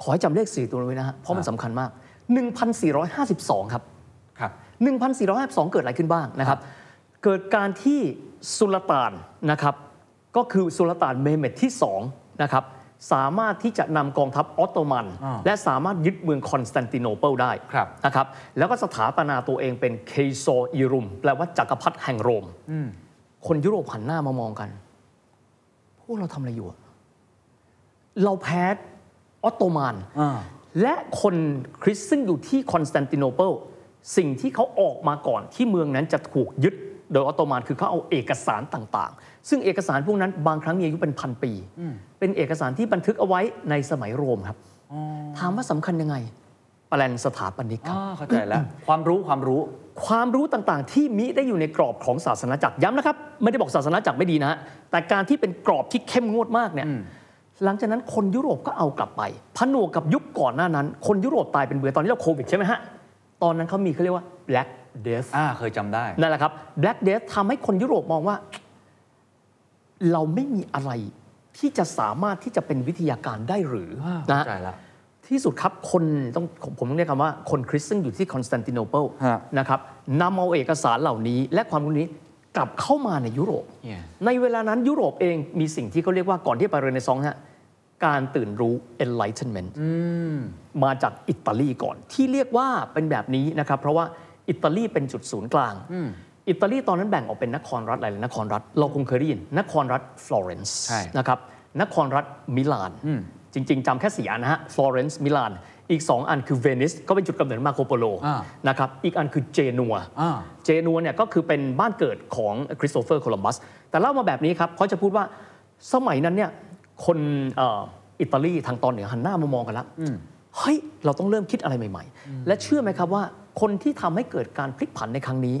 Speaker 1: ขอให้จำเลข 4 ตัวไว้นะฮะเพราะมันสำคัญมาก 1452 ครับ
Speaker 2: ครับ
Speaker 1: 1452 เกิดอะไรขึ้นบ้างนะครับ เกิดการที่สุลต่านนะครับ ก็คือสุลต่านเมเหม็ดที่2นะครับ สามารถที่จะนำกองทัพออตโตมัน
Speaker 2: อ่า
Speaker 1: และสามารถยึดเมืองคอนสแตนติโนเปิลได้
Speaker 2: ครับ
Speaker 1: นะครับแล้วก็สถาปนาตัวเองเป็นเคโซอิรุม แปลว่าจักรพรรดิแห่งโรม
Speaker 2: อืม
Speaker 1: คนยุโรปหันหน้ามามองกัน พวกเราทำอะไรอยู่อะเราแพ้ออตโตมัน
Speaker 2: อ่า
Speaker 1: และคนคริสต์ซึ่งอยู่ที่คอนสแตนติโนเปิลสิ่งที่เขาออกมาก่อนที่เมืองนั้นจะถูกยึดโดยออตโตมันคือเขาเอาเอกสารต่างๆ ซึ่งเอกสารพวกนั้นบางครั้งมีอายุเป็นพันปี เป็นเอกสารที่บันทึกเอาไว้ในสมัยโรมครับ
Speaker 2: อ๋อ
Speaker 1: ถามว่าสำคัญยังไงแปลนสถาปนิกค
Speaker 2: อ๋
Speaker 1: รั
Speaker 2: อบ เข้าใจแล้ว ความรู้ ความรู้
Speaker 1: ความรู้ต่างๆ ที่มิได้อยู่ในกรอบของศาสนาจักรย้ำนะครับ ไม่ได้บอกศาสนาจักรไม่ดีนะฮะแต่การที่เป็นกรอบที่เข้มงวดมากเนี่ยหลังจากนั้นคนยุโรปก็เอากลับไปผนวกกับยุคก่อนหน้านั้น คนยุโรปตายเป็นเบื่อตอนนี้เราโควิดใช่ไหมฮะ ตอนนั้นเขามีเขาเรียกว่า black death
Speaker 2: อ่า เคยจำได้
Speaker 1: นั่นแหละครับ black death ทำให้คนยุโรปมองว่า เราไม่มีอะไรที่จะสามารถที่จะเป็นวิทยาการได้หรือ
Speaker 2: อ่า
Speaker 1: นะ
Speaker 2: เข้า
Speaker 1: ฮะ
Speaker 2: ใจแล้ว
Speaker 1: ที่สุดครับ คนต้องผมผมต้องเรียกคำว่าคนคริสต์ซึ่งอยู่ที่คอนสแตนติโนเปิล
Speaker 2: ฮะ
Speaker 1: นะครับนำเอาเอกสารเหล่านี้ และความรู้นี้กลับเข้ามาในยุโรป
Speaker 2: เนี่ย
Speaker 1: ในเวลานั้นยุโรปเองมีสิ่งที่เขาเรียกว่าก่อนที่ไปเรเนซองส์ฮะการตื่นรู้ enlightenment มาจากอิตาลีก่อน ที่เรียกว่าเป็นแบบนี้นะครับ เพราะว่าอิตาลีเป็นจุดศูนย์กลาง อิตาลีตอนนั้นแบ่งออกเป็นนครรัฐหลายๆนครรัฐ เราคงเคยได้ยินนครรัฐฟลอเรนซ์
Speaker 2: ใช่
Speaker 1: นะครับนครรัฐมิลาน จริง ๆจำแค่สี่อันนะฮะฟลอเรนซ์มิลาน อีก 2 อันคือเวนิสก็เป็นจุดกำเนิดมาโคโปโล
Speaker 2: อ่าน
Speaker 1: นะครับอีกอันคือเจนัว
Speaker 2: อ่า
Speaker 1: เจนัวเนี่ยก็คือเป็นบ้านเกิดของคริสโตเฟอร์โคลัมบัส แต่เล่ามาแบบนี้ครับเขาจะพูดว่าสมัยนั้นเนี่ยคนเอ่ออิตาลีทางตอนเหนือหันหน้ามามองกันแล้วเฮ้ย เราต้องเริ่มคิดอะไรใหม่ ๆ และเชื่อไหมครับว่าคนที่ทำให้เกิดการพลิกผันในครั้งนี้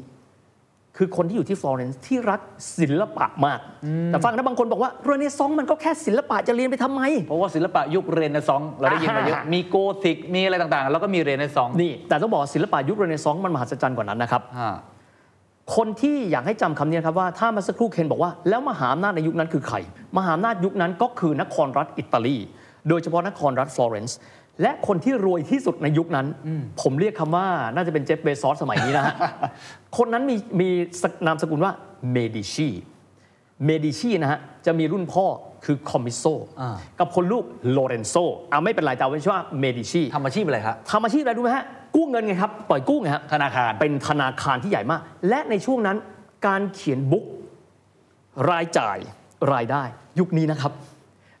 Speaker 1: คือคนที่อยู่ที่ฟลอเรนซ์ที่รักศิลปะมาก แต่ฟังนะบางคนบอกว่าเรเนซองส์มันก็แค่ศิลปะจะเรียนไปทำไม
Speaker 2: เพราะว่าศิลปะยุคเรเนซองส์เราได้ยินมาเยอะ
Speaker 1: อ่าฮะ
Speaker 2: มีโกธิก มีอะไรต่างๆ แล้วก็มีเรเนซองส์
Speaker 1: นี่ แต่ต้องบอกว่าศิลปะยุคเรเนซองส์มันมหัศจรรย์กว่านั้นนะครับ
Speaker 2: อ่า
Speaker 1: คนที่อยากให้จำคำนี้นะครับว่าถ้าเมาสักครู่เคนบอกว่า แล้วมหาอำนาจในยุคนั้นคือใคร มหาอำนาจยุคนั้นก็คือนครรัฐอิตาลี โดยเฉพาะนครรัฐฟลอเรนซ์ และคนที่รวยที่สุดในยุคนั้น ผมเรียกคำว่าน่าจะเป็นเจฟเบซอสสมัยนี้นะฮะ คนนั้นมีมีนามสกุลว่าเมดิชี เมดิชีนะฮะ จะมีรุ่นพ่อคือคอมมิโซ
Speaker 2: อ่า
Speaker 1: กับคนลูกโลเรนโซอ่าไม่เป็นไรแต่เอาไว้ชื่อว่าเมดิชี
Speaker 2: ทำอาชีพอะไรครับ
Speaker 1: ทำอาชีพอะไรรู้ไหมฮะ กู้เงินไงครับ ปล่อยกู้ไงฮะ
Speaker 2: ธนาคาร
Speaker 1: เป็นธนาคารที่ใหญ่มาก และในช่วงนั้นการเขียนบุ๊กรายจ่ายรายได้ ยุคนี้นะครับ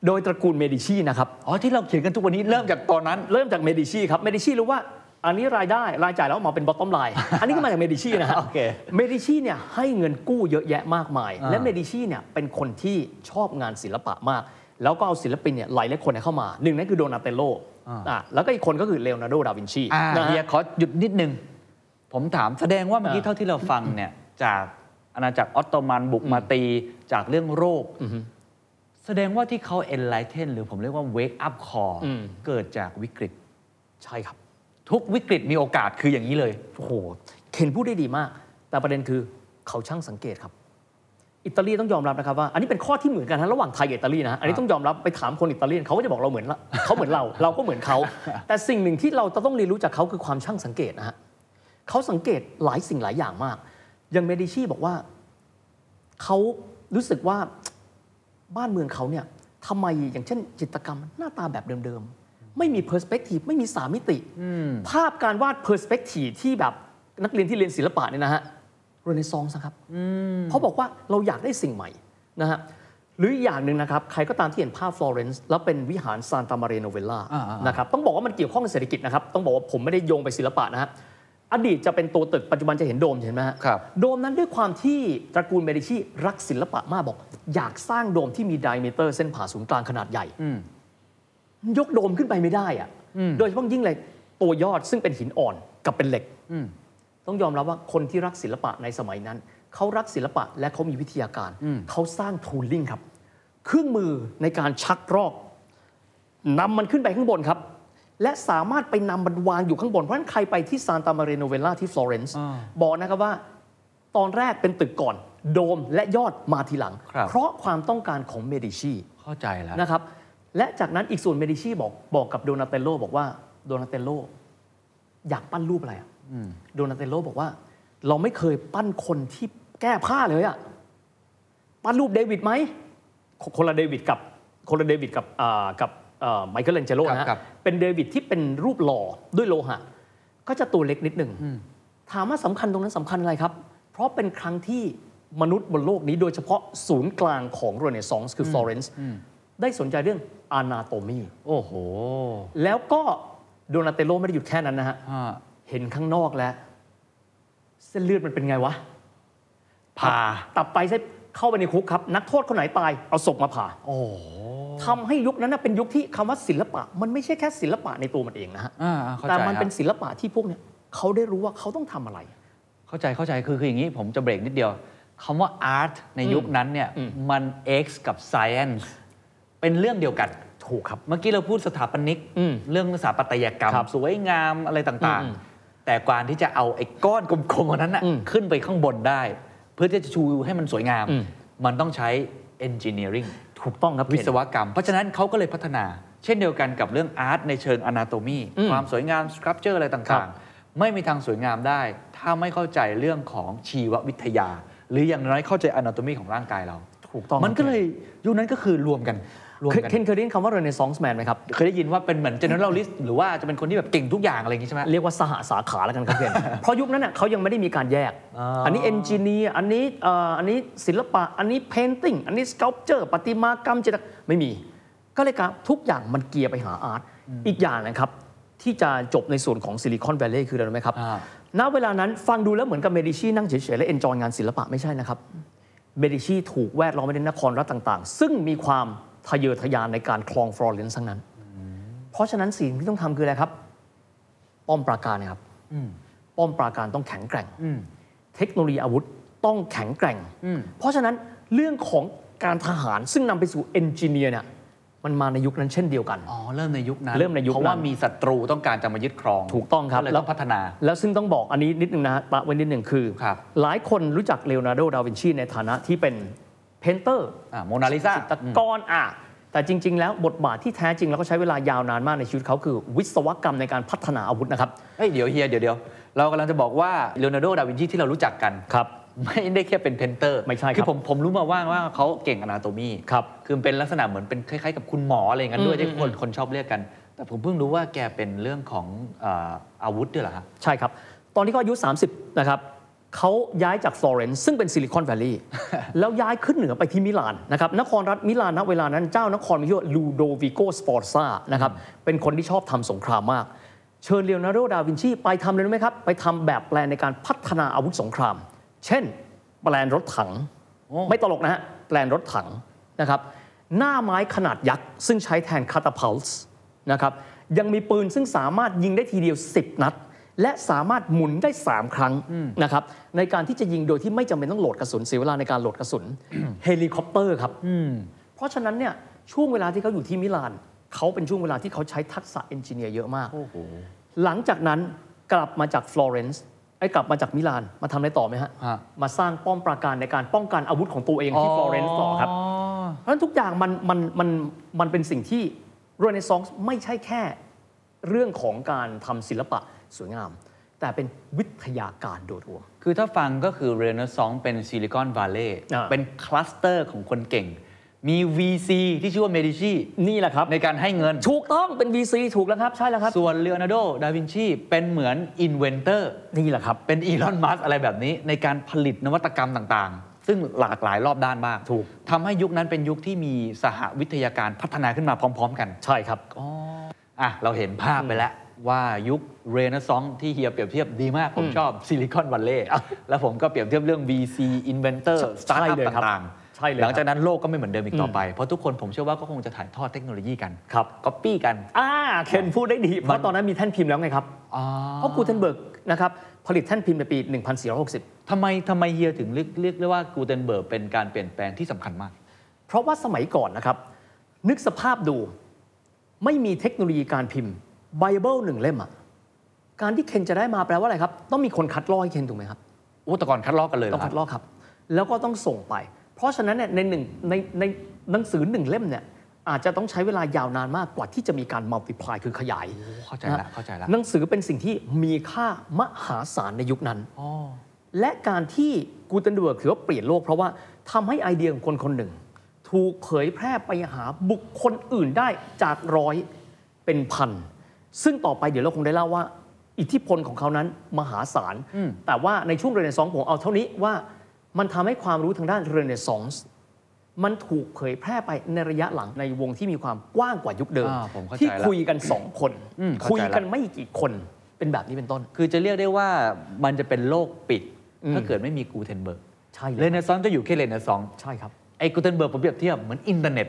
Speaker 1: โดยตระกูลเมดิชีนะครับ
Speaker 2: อ๋อที่เราเขียนกันทุกวันนี้เริ่มจากตอนนั้น
Speaker 1: เริ่มจากเมดิชีครับเมดิชีรู้ว่าอันนี้รายได้รายจ่ายแล้วออกมาเป็น bottom line อันนี้ก็มาจากเมดิชีนะฮะ
Speaker 2: โอเค
Speaker 1: เมดิชีเนี่ยให้เงินกู้เยอะแยะมากมาย
Speaker 2: อ่า
Speaker 1: และเมดิชีเนี่ยเป็นคนที่ชอบงานศิลปะมาก แล้วก็เอาศิลปินเนี่ยหลายหลายคนเข้ามาหนึ่งนั่นคือโดนาเตโลอ่ะแล้วก็อีกคนก็คือเลโอนาร์โดดาวินชี
Speaker 2: อ่า
Speaker 1: นะฮะ
Speaker 2: เฮียขอหยุดนิดนึง ผมถามแสดงว่าเมื่อกี้
Speaker 1: อ่า
Speaker 2: เท่าที่เราฟังเนี่ย จากอาณาจักรออตโตมันบุกมาตีจากเรื่องโรค แสดงว่าที่เขา enlighten หรือผมเรียกว่า wake up call
Speaker 1: อืม
Speaker 2: เกิดจากวิกฤต
Speaker 1: ใช่ครับ
Speaker 2: ทุกวิกฤตมีโอกาสคืออย่างนี้เลย
Speaker 1: โอ้โห เคนพูดได้ดีมาก แต่ประเด็นคือเขาช่างสังเกตครับ อิตาลีต้องยอมรับนะครับว่า อันนี้เป็นข้อที่เหมือนกันนะระหว่างไทยกับอิตาลีนะ อันนี้ต้องยอมรับไปถามคนอิตาเลียนเขาก็จะบอกเราเหมือนละ เขาเหมือนเรา เราก็เหมือนเขา แต่สิ่งหนึ่งที่เราจะต้องเรียนรู้จากเขาคือความช่างสังเกตนะฮะเขาสังเกตหลายสิ่งหลายอย่างมาก อย่างเมดิชีบอกว่า เขารู้สึกว่า บ้านเมืองเขาเนี่ยทำไมอย่างเช่น จิตรกรรมหน้าตาแบบเดิมๆ ไม่มีเพอร์สเปกทีฟไม่มีสามมิติ ภาพการวาดเพอร์สเปกทีฟที่แบบนักเรียนที่เรียนศิลปะเนี่ยนะฮะเรเนซองส์ครับเพราะบอกว่าเราอยากได้สิ่งใหม่นะฮะหรืออีกอย่างหนึ่งนะครับ ใครก็ตามที่เห็นภาพฟลอเรนซ์แล้วเป็นวิหารซานตามาเรโนเวลล่า
Speaker 2: อ่าๆ
Speaker 1: นะครับต้องบอกว่ามันเกี่ยวข้องกับเศรษฐกิจนะครับ ต้องบอกว่าผมไม่ได้โยงไปศิลปะนะฮะอดีตจะเป็นตัวตึกปัจจุบันจะเห็นโดมเห็นไหมฮะ
Speaker 2: ครับ
Speaker 1: โดมนั้นด้วยความที่ตระกูลเมดิชีรักศิลปะมากบอก อยากสร้างโดมที่มีไดเมเตอร์เส้นผ่าศูนย์กลางขนาดใหญ่
Speaker 2: อืม
Speaker 1: ยกโดมขึ้นไปไม่ได้อะโดยเฉพาะยิ่งเลยตัวยอดซึ่งเป็นหินอ่อนกับเป็นเหล็ก
Speaker 2: อืม
Speaker 1: ต้องยอมรับว่าคนที่รักศิลปะในสมัยนั้น เขารักศิลปะและเขามีวิทยาการ เขาสร้างทูลลิ่งครับ เครื่องมือในการชักรอกนำมันขึ้นไปข้างบนครับ และสามารถไปนำมันวางอยู่ข้างบน เพราะฉะนั้นใครไปที่ซานตามาเรโนเวลล่าที่ฟลอเรนซ์
Speaker 2: อ่า
Speaker 1: บอกนะครับว่า ตอนแรกเป็นตึกก่อน โดมและยอดมาทีหลัง
Speaker 2: ครับ
Speaker 1: เพราะความต้องการของเมดิชี
Speaker 2: เข้าใจแล้ว
Speaker 1: นะครับ และจากนั้นอีกส่วนเมดิชีบอกบอกกับโดนาเตลโลบอกว่าโดนาเตลโลอยากปั้นรูปอะไรอะโดนาเตลโลบอกว่า เราไม่เคยปั้นคนที่แก้ผ้าเลยอะปั้นรูปเดวิดไหมคคนละเดวิดกับคนละเดวิดกับอ่ากับไมเคิลเลนเจโลนะ
Speaker 2: ครั
Speaker 1: ฮะ
Speaker 2: บครับ
Speaker 1: เป็นเดวิดที่เป็นรูปหล่อด้วยโลหะ ก็จะตัวเล็กนิดหนึ่ง ถามว่าสำคัญตรงนั้นสำคัญอะไรครับ เพราะเป็นครั้งที่มนุษย์บนโลกนี้โดยเฉพาะศูนย์กลางของเรเนซองส์คือฟลอเรนซ์ได้สนใจเรื่อง Anatomy
Speaker 2: โอ้โห
Speaker 1: แล้วก็โดนาเตโลไม่ได้หยุดแค่นั้นนะฮะ
Speaker 2: อ่า
Speaker 1: เห็นข้างนอกแล้ว เส้นเลือดมันเป็นไงวะ
Speaker 2: ผ่า
Speaker 1: ตับไตไส้เข้าไปในคุกครับ นักโทษคนไหนตายเอาศพมาผ่า
Speaker 2: โอ้โห
Speaker 1: ทำให้ยุคนั้นนะเป็นยุคที่คำว่าศิลปะ มันไม่ใช่แค่ศิลปะในตัวมันเองนะฮะ
Speaker 2: อ่าอ่าเข้าใจ
Speaker 1: แต่มันเป็น
Speaker 2: ครับ
Speaker 1: ศิลปะที่พวกเนี้ยเขาได้รู้ว่าเขาต้องทำอะไร
Speaker 2: เข้าใจเข้าใจคือคืออย่างนี้ผมจะเบรกนิดเดียวคำว่าอาร์ตในยุคนั้นเนี่ย
Speaker 1: อืม
Speaker 2: มัน X กับ Science เป็นเรื่องเดียวกัน
Speaker 1: ถูกครับ
Speaker 2: เมื่อกี้เราพูดสถาปนิก
Speaker 1: อืม
Speaker 2: เรื่องสถาปัตยกรรม
Speaker 1: ครับ
Speaker 2: สวยงามอะไรต่าง
Speaker 1: อืม
Speaker 2: ๆ แต่การที่จะเอาไอ้ก้อนกลมๆอันนั้นน่ะ
Speaker 1: อืม
Speaker 2: ขึ้นไปข้างบนได้ เพื่อที่จะชูให้มันสวยงาม
Speaker 1: อืม
Speaker 2: มันต้องใช้ engineering
Speaker 1: ถูกต้องครับ
Speaker 2: วิ
Speaker 1: เคน
Speaker 2: ศวกรรม เพราะฉะนั้นเขาก็เลยพัฒนา เช่นเดียวกันกับเรื่องอาร์ตในเชิงอนาโตมี
Speaker 1: อืม
Speaker 2: ความสวยงามสครับเจอร์อะไร
Speaker 1: ครั
Speaker 2: ต่าง
Speaker 1: บ
Speaker 2: ๆ ไม่มีทางสวยงามได้ ถ้าไม่เข้าใจเรื่องของชีววิทยา หรืออย่างน้อยเข้าใจอนาโตมีของร่างกายเรา
Speaker 1: ถูกต้อง
Speaker 2: มันก็เลยยุคนั้นก็คือรวมกันรวม
Speaker 1: เคย
Speaker 2: กัน
Speaker 1: เคนเคยได้ยินคำว่าเรเนซองส์แมนไหมครับ
Speaker 2: เคยได้ยินว่าเป็นเหมือน generalist หรือว่าจะเป็นคนที่แบบเก่งทุกอย่างอะไรอย่างนี้ใช่ไหม
Speaker 1: เรียกว่าสหสาขาแล้วกันครับเคน เพราะยุคนั้นน่ะเขายังไม่ได้มีการแยก
Speaker 2: อ๋ออั
Speaker 1: อันนี้เอนจิเนียร์อันนี้เอ่ออันนี้ศิลปะ อันนี้เพนติ n งอันนี้สเ u ล p เจอร์ประติมากรรมจิตรกรรมไม่มี ก็เลยการทุกอย่างมันเกียร์ไปหาอาร์ต อีกอย่างนะครับ ที่จะจบในส่วนของซิลิคอนแวลลย์คืออะไรรู้ไหมครับ
Speaker 2: อ่า
Speaker 1: ณเวลานั้นฟังดูแล้วเหมือนกับเมดิชีนั่งเฉยๆและเอนจอยงานศิลปะไม่ใช่นะครับ เมดิชีถูกแวดล้อมไปด้วยนครรัฐต่างๆ ซึ่งมีความทะเยอทะยานในการคลองฟลอเรนซ์ทั้งนั้น เพราะฉะนั้นสิ่งที่ต้องทำคืออะไรครับ ป้อมปราการเนะครับป้อมปราการต้องแข็งแกร่ง เทคโนโลยีอาวุธต้องแข็งแกร่ง เพราะฉะนั้นเรื่องของการทหารซึ่งนำไปสู่เอนจิเนียร์เนี่ยมันมาในยุคนั้นเช่นเดียวกัน
Speaker 2: อ๋อ เริ่มในยุคนั้น
Speaker 1: เริ่มในยุคนั้น
Speaker 2: เพราะว่ามีศัตรูต้องการจะมายึดครอง
Speaker 1: ถูกต้องครับ
Speaker 2: ก็เลยต้องพัฒนา
Speaker 1: แล้วซึ่งต้องบอกอันนี้นิดนึงนะฮะปะไว้นิดหนึ่งคือ
Speaker 2: ครับ
Speaker 1: หลายคนรู้จักเลโอนาร์โด ดาวินชีในฐานะที่เป็นเพนเตอร์
Speaker 2: โมนาลิซา
Speaker 1: ตะกอนอ่ะ แต่จริง ๆ แล้วบทบาทที่แท้จริงแล้วก็ใช้เวลายาวนานมากในชีวิตเขาคือ วิศวกรรมในการพัฒนาอาวุธนะครับ
Speaker 2: เอ้ยเดี๋ยวเฮียเดี๋ยวเดี๋ยวเรากำลังจะบอกว่าเลโอนาร์โด ดาวินชีที่เรารู้จักกัน
Speaker 1: ครับ
Speaker 2: ไม่ได้แค่เป็นเพนเตอร์
Speaker 1: ไม่ใช่ครับ
Speaker 2: คือผมผมรู้มาว่าว่าเขาเก่งอนาโตมี
Speaker 1: ครับ
Speaker 2: คือเป็นลักษณะเหมือนเป็นคล้ายๆกับคุณหมออะไรอย่างนั้นด้วยที่คนคนชอบเรียกกัน แต่ผมเพิ่งรู้ว่าแกเป็นเรื่องของเอ่ออาวุธด้วยเหรอฮะ
Speaker 1: ใช่ครับ ตอนที่เขาอายุ 30 นะครับ เขาย้ายจากฟลอเรนซ์ซึ่งเป็นซิลิคอนแวลลีย์ แล้วย้ายขึ้นเหนือไปที่มิลานนะครับ นครรัฐมิลานณเวลานั้นเจ้านครมิโยลูโดวิโกสปอร์ซานะครับ เป็นคนที่ชอบทำสงครามมาก เชิญเลโอนาร์โด ดาวินชี ไปทำเลยรู้ไหมครับ ไปทำแบบแปลนในการพัฒนาอาวุธสงคราม เช่น แปลนรถถัง ไม่ตลกนะฮะ แปลนรถถังนะครับ หน้าไม้ขนาดยักษ์ซึ่งใช้แทนคาตาพัลส์นะครับ ยังมีปืนซึ่งสามารถยิงได้ทีเดียว 10 นัด และสามารถหมุนได้ 3 ครั้งนะครับ ในการที่จะยิงโดยที่ไม่จำเป็นต้องโหลดกระสุนเสียเวลาในการโหลดกระสุน เฮลิคอปเตอร์ครับ เพราะฉะนั้นเนี่ยช่วงเวลาที่เขาอยู่ที่มิลาน เขาเป็นช่วงเวลาที่เขาใช้ทักษะเอนจิเนียร์เยอะมาก หลังจากนั้นกลับมาจากฟลอเรนซ์ไอ้ยกลับมาจากมิลานมาทำอะไรต่อไหมฮะ
Speaker 2: ฮะ
Speaker 1: มาสร้างป้อมปราการในการป้องกันอาวุธของตัวเองที่ฟลอเรนซ์ต่อครับ เพราะฉะนั้นทุกอย่างมันมันมันมันเป็นสิ่งที่เรเนซองส์ไม่ใช่แค่เรื่องของการทำศิลปะสวยงาม แต่เป็นวิทยาการโดยรวม
Speaker 2: คือถ้าฟังก็คือเรเนซองส์เป็นซิลิคอนวัลเลย์
Speaker 1: อ่า
Speaker 2: เป็นคลัสเตอร์ของคนเก่ง มี VC ที่ชื่อว่าเมดิชี
Speaker 1: นี่แหละครับ
Speaker 2: ในการให้เงิน
Speaker 1: ถูกต้องเป็น VC ถูกแล้วครับ ใช่แล้วครับ
Speaker 2: ส่วนเลโอนาร์โด ดาวินชีเป็นเหมือนอินเวนเตอร์
Speaker 1: นี่แหละครับ
Speaker 2: เป็นอีลอนมัสอะไรแบบนี้ในการผลิตนวัตกรรมต่างๆ ซึ่งหลากหลายรอบด้านมาก
Speaker 1: ถูก
Speaker 2: ทำให้ยุคนั้นเป็นยุคที่มีสหวิทยาการพัฒนาขึ้นมาพร้อม ๆ กัน
Speaker 1: ใช่ครับ
Speaker 2: อ่ะ เราเห็นภาพไปแล้วว่ายุคเรเนซองส์ที่เฮียเปรียบเทียบดีมาก ผมชอบซิลิคอนวัลเลย์แล้วผมก็เปรียบเทียบเรื่อง VC Inventor
Speaker 1: ใช่
Speaker 2: Startup
Speaker 1: ใช่เลยครับ
Speaker 2: ต่างๆ
Speaker 1: ใช่เลยครับ
Speaker 2: หลังจากนั้นโลกก็ไม่เหมือนเดิมอีกต่อไป เพราะทุกคนผมเชื่อว่าก็คงจะถ่ายทอดเทคโนโลยีกัน
Speaker 1: ครับ
Speaker 2: ก๊อปปี้กัน
Speaker 1: อ่าเคนพูดได้ดีเพราะตอนนั้นมีแท่นพิมพ์แล้วไงครับ เพราะกูเทนเบิร์กนะครับผลิตแท่นพิมพ์ในปี 1460
Speaker 2: ทำไมทำไมเฮียถึงเรียกเรียกได้ว่ากูเทนเบิร์กเป็นการเปลี่ยนแปลงที่สำคัญมาก
Speaker 1: เพราะว่าสมัยก่อนนะครับ นึกสภาพดูไม่มีเทคโนโลยีการพิมพ์ไบเบิลหนึ่งเล่มอะการที่เคนจะได้มาแปลว่าอะไรครับ ต้องมีคนคัดลอกให้เคนถูกไหมครับ
Speaker 2: โอ้แต่ก่อนคัดลอกกันเลยเหร
Speaker 1: ต้อ
Speaker 2: อง ครั
Speaker 1: คั
Speaker 2: บ
Speaker 1: ดลอกครับ แล้วก็ต้องส่งไป เพราะฉะนั้นเนี่ยในหนึ่งในในหนังสือหนึ่งเล่มเนี่ยอาจจะต้องใช้เวลายาวนานมากกว่าที่จะมีการมัลติพลายคือขยาย
Speaker 2: เข้าใจละ
Speaker 1: นะ
Speaker 2: เข้าใจละ
Speaker 1: หนังสือเป็นสิ่งที่มีค่ามหาศาลในยุคนั้น และการที่กูเทนเบิร์กถือว่าเปลี่ยนโลก เพราะว่าทำให้ไอเดียของคนคนหนึ่ง ถูกเผยแพร่ไปหาบุคคลอื่นได้จากร้อยเป็นพัน ซึ่งต่อไปเดี๋ยวเราคงได้เล่าว่า อิทธิพลของเขานั้นมหาศาล แต่ว่าในช่วงเรเนซองส์ผมเอาเท่านี้ว่ามันทำให้ความรู้ทางด้านเรเนซองส์มันถูกเผยแพร่ไปในระยะหลังในวงที่มีความกว้างกว่ายุคเดิ
Speaker 2: อ่าผมเข้าใจ
Speaker 1: ที่
Speaker 2: ละ
Speaker 1: คุยกันสองคน
Speaker 2: อืมเข้าใจละ
Speaker 1: คุยกันไม่กี่คนเป็นแบบนี้เป็นต้น
Speaker 2: คือจะเรียกได้ว่ามันจะเป็นโลกปิด ถ้าเกิดไม่มีกูเทนเบิร์ก
Speaker 1: ใช่
Speaker 2: เร
Speaker 1: เลย
Speaker 2: เนซองส์จะอยู่แค่เรเนซองส์
Speaker 1: ใช่ครับ
Speaker 2: ไอ้กูเทนเบิร์กผมเปรียบเทียบเหมือนอินเทอร์เน็ต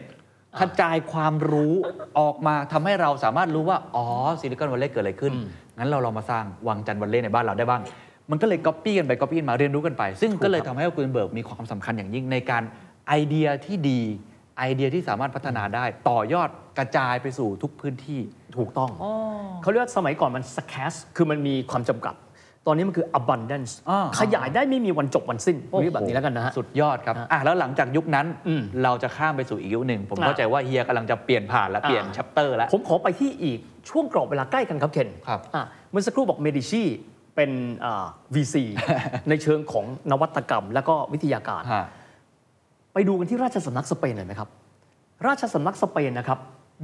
Speaker 2: กระจายความรู้ออกมาทำให้เราสามารถรู้ว่า อ๋อซิลิคอนวัลเลย์เกิดอะไรขึ้น งั้นเราลองมาสร้างวังจันทร์วัลเลย์ในบ้านเราได้บ้าง มันก็เลยก๊อปปี้กันไปก๊อปปี้กันมาเรียนรู้กันไป ซึ่งก็เลยทำให้กูเทนเบิร์กมีความสำคัญอย่างยิ่งในการไอเดียที่ดี ไอเดียที่สามารถพัฒนาได้ ต่อยอดกระจายไปสู่ทุกพื้นที่
Speaker 1: ถูกต้อง เขาเรียกว่าสมัยก่อนมัน scarce คือมันมีความจำกัด ตอนนี้มันคือ abundance
Speaker 2: อ่า
Speaker 1: ขยายได้ไม่มีวันจบวันสิ้นเรียกแบบนี้แล้วกันนะฮะ
Speaker 2: สุดยอดครับอ่ะแล้วหลังจากยุคนั้น
Speaker 1: อืม
Speaker 2: เราจะข้ามไปสู่อีกยุคหนึ่ง ผม
Speaker 1: อ่ะ
Speaker 2: เข้าใจว่าเฮียกำลังจะเปลี่ยนผ่านและ
Speaker 1: อ่ะ
Speaker 2: เปลี่ยนชัปเตอร์แล้ว
Speaker 1: ผมขอไปที่อีกช่วงกรอบเวลาใกล้กันครับเคน
Speaker 2: ครับ
Speaker 1: อ่ะเมื่อสักครู่บอกเมดิชีเป็นอ่า VC ในเชิงของนวัตกรรมและก็วิทยาการ
Speaker 2: ะ
Speaker 1: ไปดูกันที่ราชสำนักสเปนหน่อยไหมครับ ราชสำนักสเปนนะครับ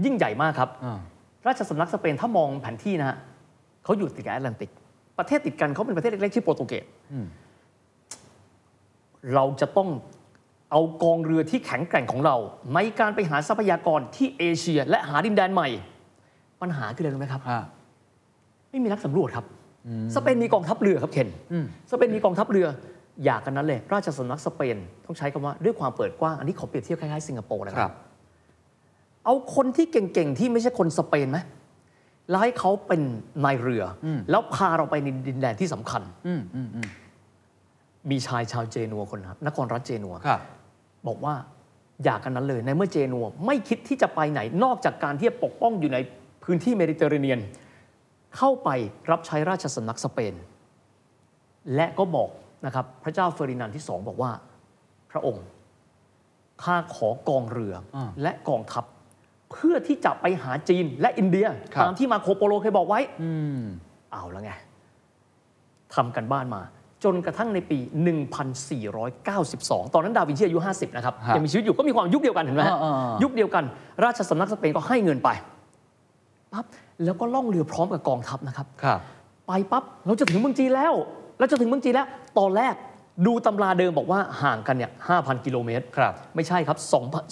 Speaker 1: ยิ่งใหญ่มากครับ
Speaker 2: อ่า
Speaker 1: ราชสำนักสเปนถ้ามองแผนที่นะฮะเขาอยู่ติดกับแอตแลนติก ประเทศติดกันเขาเป็นประเทศเล็กๆชื่อโปรตุเกสเราจะต้องเอากองเรือที่แข็งแกร่งของเรา ในการไปหาทรัพยากรที่เอเชีย และหาดินแดนใหม่ ปัญหาคืออะไรรู้ไหมครับ
Speaker 2: อ่ะ
Speaker 1: ไม่มีนักสำรวจครับ สเปนมีกองทัพเรือครับเคนสเปนมีกองทัพเรืออยากกันนั้นเลย ราชสำนักสเปนต้องใช้คำว่าด้วยความเปิดกว้าง อันนี้ขอเปรียบเทียบคล้ายๆสิงคโปร์นะค
Speaker 2: ครั
Speaker 1: รับ เอาคนที่เก่งๆ ที่ไม่ใช่คนสเปนไหมแล้วให้เขาเป็นนายเรืออแล้วพาเราไปในดินแดนที่สำคัญ
Speaker 2: อืมอืมอืม
Speaker 1: มีชายชาวเจนัวคนนะครับนครรัฐเจนัว
Speaker 2: ครับ
Speaker 1: บอกว่าอยากกันนั้นเลยในเมื่อเจนัวไม่คิดที่จะไปไหนนอกจากการที่จะปกป้องอยู่ในพื้นที่เมดิเตอร์เรเนียน เข้าไปรับใช้ราชสำนักสเปน และก็บอกนะครับพระเจ้าเฟอร์ดินานด์ที่สองบอกว่า พระองค์ข้าขอกองเรืออและกองทัพ เพื่อที่จะไปหาจีนและอินเดีย
Speaker 2: ครับ
Speaker 1: ตามที่มาโคโปโลเคยบอกไว้
Speaker 2: อืม
Speaker 1: เอาแล้วไงทำกันบ้านมา จนกระทั่งในปี 1492 ตอนนั้นดาวินชีอายุ 50 นะครับ
Speaker 2: ฮะ
Speaker 1: ยังมีชีวิตอยู่ก็มีความยุคเดียวกันเห็นไหมฮะ
Speaker 2: อ่าๆๆ
Speaker 1: ยุคเดียวกัน ราชสำนักสเปนก็ให้เงินไปปั๊บแล้วก็ล่องเรือพร้อมกับกองทัพนะครับ
Speaker 2: ครับ
Speaker 1: ไปปั๊บเราจะถึงเมืองจีนแล้ว เราจะถึงเมืองจีนแล้ว ตอนแรกดูตำราเดิมบอกว่าห่างกันเนี่ย5,000 กิโลเมตร
Speaker 2: ครับ
Speaker 1: ไม่ใช่ครับ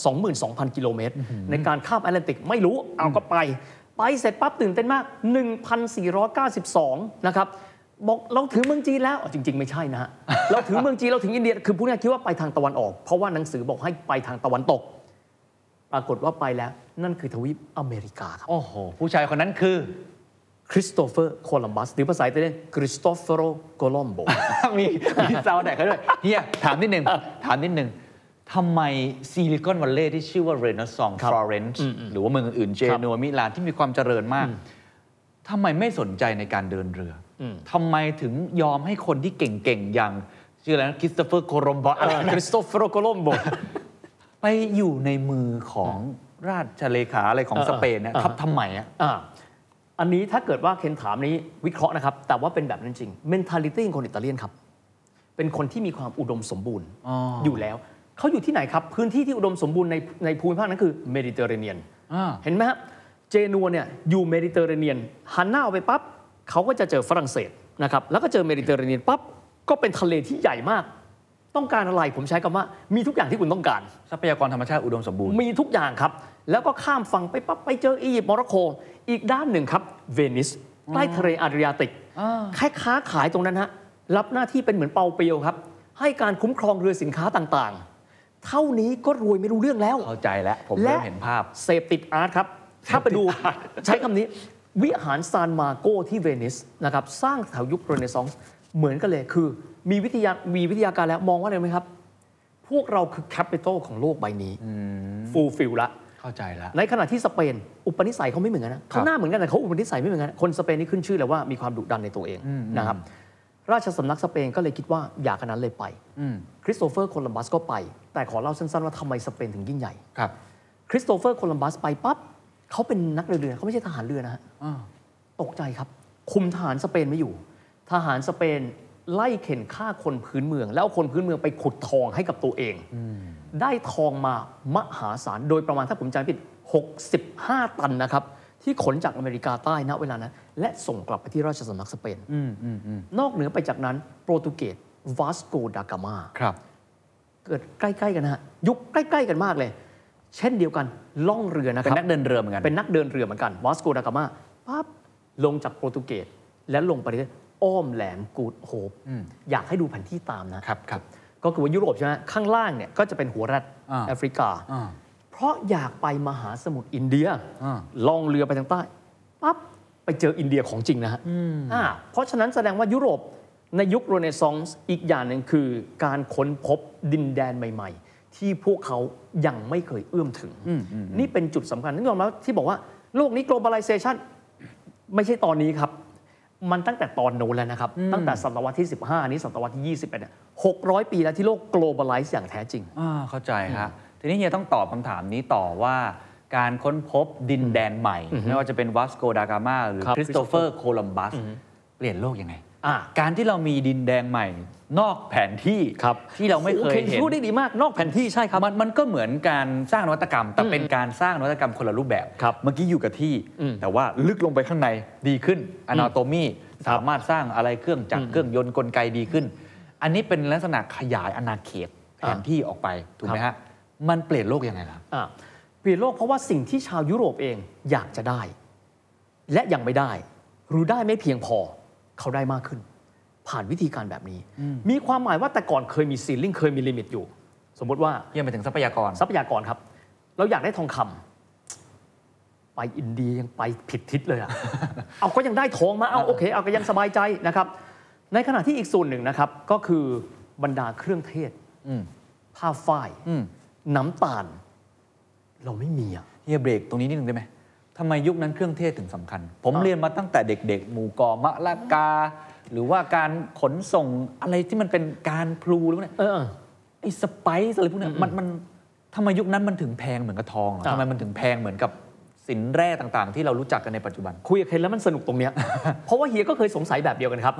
Speaker 1: 2 22,000 กิโลเมตร ในการข้ามแอตแลนติกไม่รู้ เอาก็ไป ไปเสร็จปั๊บตื่นเต้นมาก 1,492 นะครับ บอกเราถึงเมืองจีนแล้วอ๋อจริง ๆ ไม่ใช่นะ ฮะ เราถึงเมืองจีน เราถึงอินเดีย คือพูดง่ายๆคิดว่าไปทางตะวันออก เพราะว่าหนังสือบอกให้ไปทางตะวันตก ปรากฏว่าไปแล้ว นั่นคือทวีปอเมริกาครับ
Speaker 2: โอ้โห ผู้ชายคนนั้นคือ
Speaker 1: คริสโตเฟอร์โคลัมบัสหรือภาษาอิตาเลียนคริสโตเฟโรโคลัมโบ
Speaker 2: มีมีซาวแดกเขาด้วยเฮียถามนิดนึง ถามนิดนึงทำไมซิลิคอนวัลเลย์ที่ชื่อว่าเรเนซองส์
Speaker 1: ครับ
Speaker 2: ฟลอเรนซ์หรือว่าเมืองอื่นๆเจ
Speaker 1: ครับ
Speaker 2: นัวมิลานที่มีความเจริญมากทำไมไม่สนใจในการเดินเรืออ
Speaker 1: ม
Speaker 2: ทำไมถึงยอมให้คนที่เก่งๆ อย่าง ชื่ออะไรนะคริสโตเฟอร์โครมบะอะไร
Speaker 1: ค
Speaker 2: นะ
Speaker 1: ริสโตเฟโรโคลัมโบ
Speaker 2: ไปอยู่ในมือของราชเลขาอะไรของ
Speaker 1: เออ
Speaker 2: สเปนนะ
Speaker 1: เออ
Speaker 2: ครับทำไมอ่ะ
Speaker 1: อ่าอันนี้ถ้าเกิดว่าเคนถามนี้วิเคราะห์นะครับ แต่ว่าเป็นแบบนั้นจริง mentality ของคนอิตาเลียนครับ เป็นคนที่มีความอุดมสมบูรณ์
Speaker 2: อ๋ออ
Speaker 1: ยู่แล้ว เขาอยู่ที่ไหนครับ พื้นที่ที่อุดมสมบูรณ์ในในภูมิภาคนั้นคือเมดิเตอร์เรเนียน
Speaker 2: อ่า
Speaker 1: เห็นไหมฮะเจนัวเนี่ยอยู่เมดิเตอร์เรเนียนหันหน้าออกไปปั๊บเขาก็จะเจอฝรั่งเศสนะครับแล้วก็เจอเมดิเตอร์เรเนียนปั๊บก็เป็นทะเลที่ใหญ่มาก ต้องการอะไรผมใช้คำว่ามีทุกอย่างที่คุณต้องการ
Speaker 2: ทรัพยากรธรรมชาติอุดมสมบูรณ์
Speaker 1: มีทุกอย่างครับ แล้วก็ข้ามฝั่งไปปั๊บไปเจออียิปต์โมร็อกโก อีกด้านหนึ่งครับ เวนิสใกล้ทะเลอาดริยาติก
Speaker 2: อ่า
Speaker 1: แค่ค้าขายตรงนั้นฮะ รับหน้าที่เป็นเหมือนเปาเปียวครับ ให้การคุ้มครองเรือสินค้าต่างๆ เท่านี้ก็รวยไม่รู้เรื่องแล้ว
Speaker 2: เข้าใจแล้ว ผมเริ่ม
Speaker 1: และ
Speaker 2: เห็นภาพ
Speaker 1: เสพติดอาร์ตครับ ถ้าไปดูใช้คำนี้ วิหารซานมาโกที่เวนิสนะครับสร้างแถวยุคเรเนซองส์เหมือนกันเลยคือ มีวิทยามีวิทยาการแล้วมองว่าอะไรไหมครับ พวกเราคือแคปิตอลของโลกใบนี้ฟูลฟิลละ
Speaker 2: เข้าใจแล้ว
Speaker 1: ในขณะที่สเปน อุปนิสัยเขาไม่เหมือนกันนะเขาหน้าเหมือนกันแต่เขาอุปนิสัยไม่เหมือนกัน คนสเปนนี่ขึ้นชื่อเลยว่ามีความดุดันในตัวเองนะครับราชสำนักสเปนก็เลยคิดว่าอยากอันนั้นเลยไป
Speaker 2: อืม
Speaker 1: คริสโตเฟอร์โคลัมบัสก็ไป แต่ขอเล่าสั้นๆว่าทำไมสเปนถึงยิ่งใหญ่
Speaker 2: ครับ
Speaker 1: คริสโตเฟอร์โคลัมบัสไปปั๊บเขาเป็นนักเรือเรือเขาไม่ใช่ทหารเรือนะฮะ
Speaker 2: อ่า
Speaker 1: ตกใจครับ คุมทหารสเปนไม่อยู่ ทหารสเปนไล่เข็นฆ่าคนพื้นเมือง แล้วเอาคนพื้นเมืองไปขุดทองให้กับตัวเอง ได้ทองมามหาศาลโดยประมาณถ้าผมจำไม่ผิด 65 ตันนะครับ ที่ขนจากอเมริกาใต้ณเวลานั้น และส่งกลับไปที่ราชสำนักสเปน
Speaker 2: อืมอืมอืม
Speaker 1: นอกเหนือไปจากนั้นโปรตุเกสวาสโกดากามา
Speaker 2: ครับ
Speaker 1: เกิดใกล้ๆกันนะฮะยุคใกล้ๆกันมากเลย เช่นเดียวกันล่องเรือนะค
Speaker 2: เป็น
Speaker 1: รับ
Speaker 2: นักเดินเรือเหมือนกัน
Speaker 1: เป็นนักเดินเรือเหมือนกันวาสโกดากามาปั๊บลงจากโปรตุเกสและลงไปที่อ้อมแหลมกูดโฮป
Speaker 2: อืม
Speaker 1: อยากให้ดูแผนที่ตามนะ
Speaker 2: ครับครับ
Speaker 1: ก็คือว่ายุโรปใช่ไหมข้างล่างเนี่ยก็จะเป็นหัวรัฐ
Speaker 2: อ่า
Speaker 1: แอฟริกา
Speaker 2: อ่า
Speaker 1: เพราะอยากไปมหาสมุทรอินเดีย
Speaker 2: อ่า
Speaker 1: ล่องเรือไปทางใต้ปั๊บไปเจออินเดียของจริงนะฮะอ่าเพราะฉะนั้นแสดงว่ายุโรปในยุคโรเนซองส์อีกอย่างหนึ่งคือการค้นพบดินแดนใหม่ ๆ ที่พวกเขายังไม่เคยเอื้อมถึง นี่เป็นจุดสำคัญต้องยอมรับที่บอกว่า โลกนี้ globalization ไม่ใช่ตอนนี้ครับ มันตั้งแต่ตอนโน้นแล้วนะครับ ตั้งแต่ศตวรรษที่ 15อันนี้ศตวรรษที่ 21เนี่ย600 ปีแล้วที่โลก globalize อย่างแท้จริง
Speaker 2: อ่าเข้าใจฮะทีนี้เฮียต้องตอบคำถามนี้ต่อว่า การค้นพบดินแดนใหม่ ไม่ว่าจะเป็นวัสโกดากามาหรือ
Speaker 1: ครับ
Speaker 2: คริสโตเฟอร์โคลัมบัส เปลี่ยนโลกยังไง
Speaker 1: อ่า
Speaker 2: การที่เรามีดินแดนใหม่ นอกแผนที่
Speaker 1: ครับ
Speaker 2: ที่เราไม่เคย
Speaker 1: โอ
Speaker 2: เห็น
Speaker 1: พูดได้ดีมากนอกแผนที่ใช่ครับ
Speaker 2: มันมันก็เหมือนการสร้างนวัตกรรม แต่เป็นการสร้างนวัตกรรมคนละรูปแบบ
Speaker 1: ครับ
Speaker 2: เมื่อกี้อยู่กับที่
Speaker 1: อืม
Speaker 2: แต่ว่าลึกลงไปข้างในดีขึ้นอนาโตมี
Speaker 1: ครับ
Speaker 2: สามารถสร้างอะไรเครื่องจักรเครื่องยนต์กลไกดีขึ้น อันนี้เป็นลักษณะขยายอาณาเขตแผ
Speaker 1: อ่าน
Speaker 2: ที่ออกไป ถูกไหม
Speaker 1: ครับ
Speaker 2: ฮะ มันเปลี่ยนโลกยังไงครับ
Speaker 1: อ่าเปลี่ยนโลกเพราะว่าสิ่งที่ชาวยุโรปเองอยากจะได้ และยังไม่ได้ หรือได้ไม่เพียงพอเขาได้มากขึ้น ผ่านวิธีการแบบนี้ มีความหมายว่าแต่ก่อนเคยมีซีลิงเคยมีลิมิตอยู่ สมมติว่า
Speaker 2: เยี่ยมไปถึงทรัพยากร
Speaker 1: ทรัพยากรครับ เราอยากได้ทองคำไปอินเดียยังไปผิดทิศ เลยอะ เอาก็ยังได้ทองมาเอาโอเค เอาก็ยังสบายใจนะครับ ในขณะที่อีกส่วนหนึ่งนะครับ ก็คือบรรดาเครื่องเทศ
Speaker 2: อืม
Speaker 1: ผ้าฝ้าย
Speaker 2: อืม
Speaker 1: น้ำตาล เราไม่มีอะ
Speaker 2: เฮียเบรกตรงนี้นิดหนึ่งได้ไหมทำไมยุคนั้นเครื่องเทศถึงสำคัญ ผม
Speaker 1: อ่า
Speaker 2: เรียนมาตั้งแต่เด็ก ๆ หมู่เกอมะละกา หรือว่าการขนส่งอะไรที่มันเป็นการพลูหรือว่าเนี่ย
Speaker 1: เออ
Speaker 2: ไอ้สไปซ์อะไรพวกเนี้ยมันมันทำไมยุคนั้นมันถึงแพงเหมือนกับทองเหรอ
Speaker 1: อ่ะ
Speaker 2: ทำไมมันถึงแพงเหมือนกับ สินแร่ต่างๆ ที่เรารู้จักกันในปัจจุบัน
Speaker 1: คุยกับเคนแล้วมันสนุกตรงเนี้ย เพราะว่าเฮียก็เคยสงสัยแบบเดียวกันครับ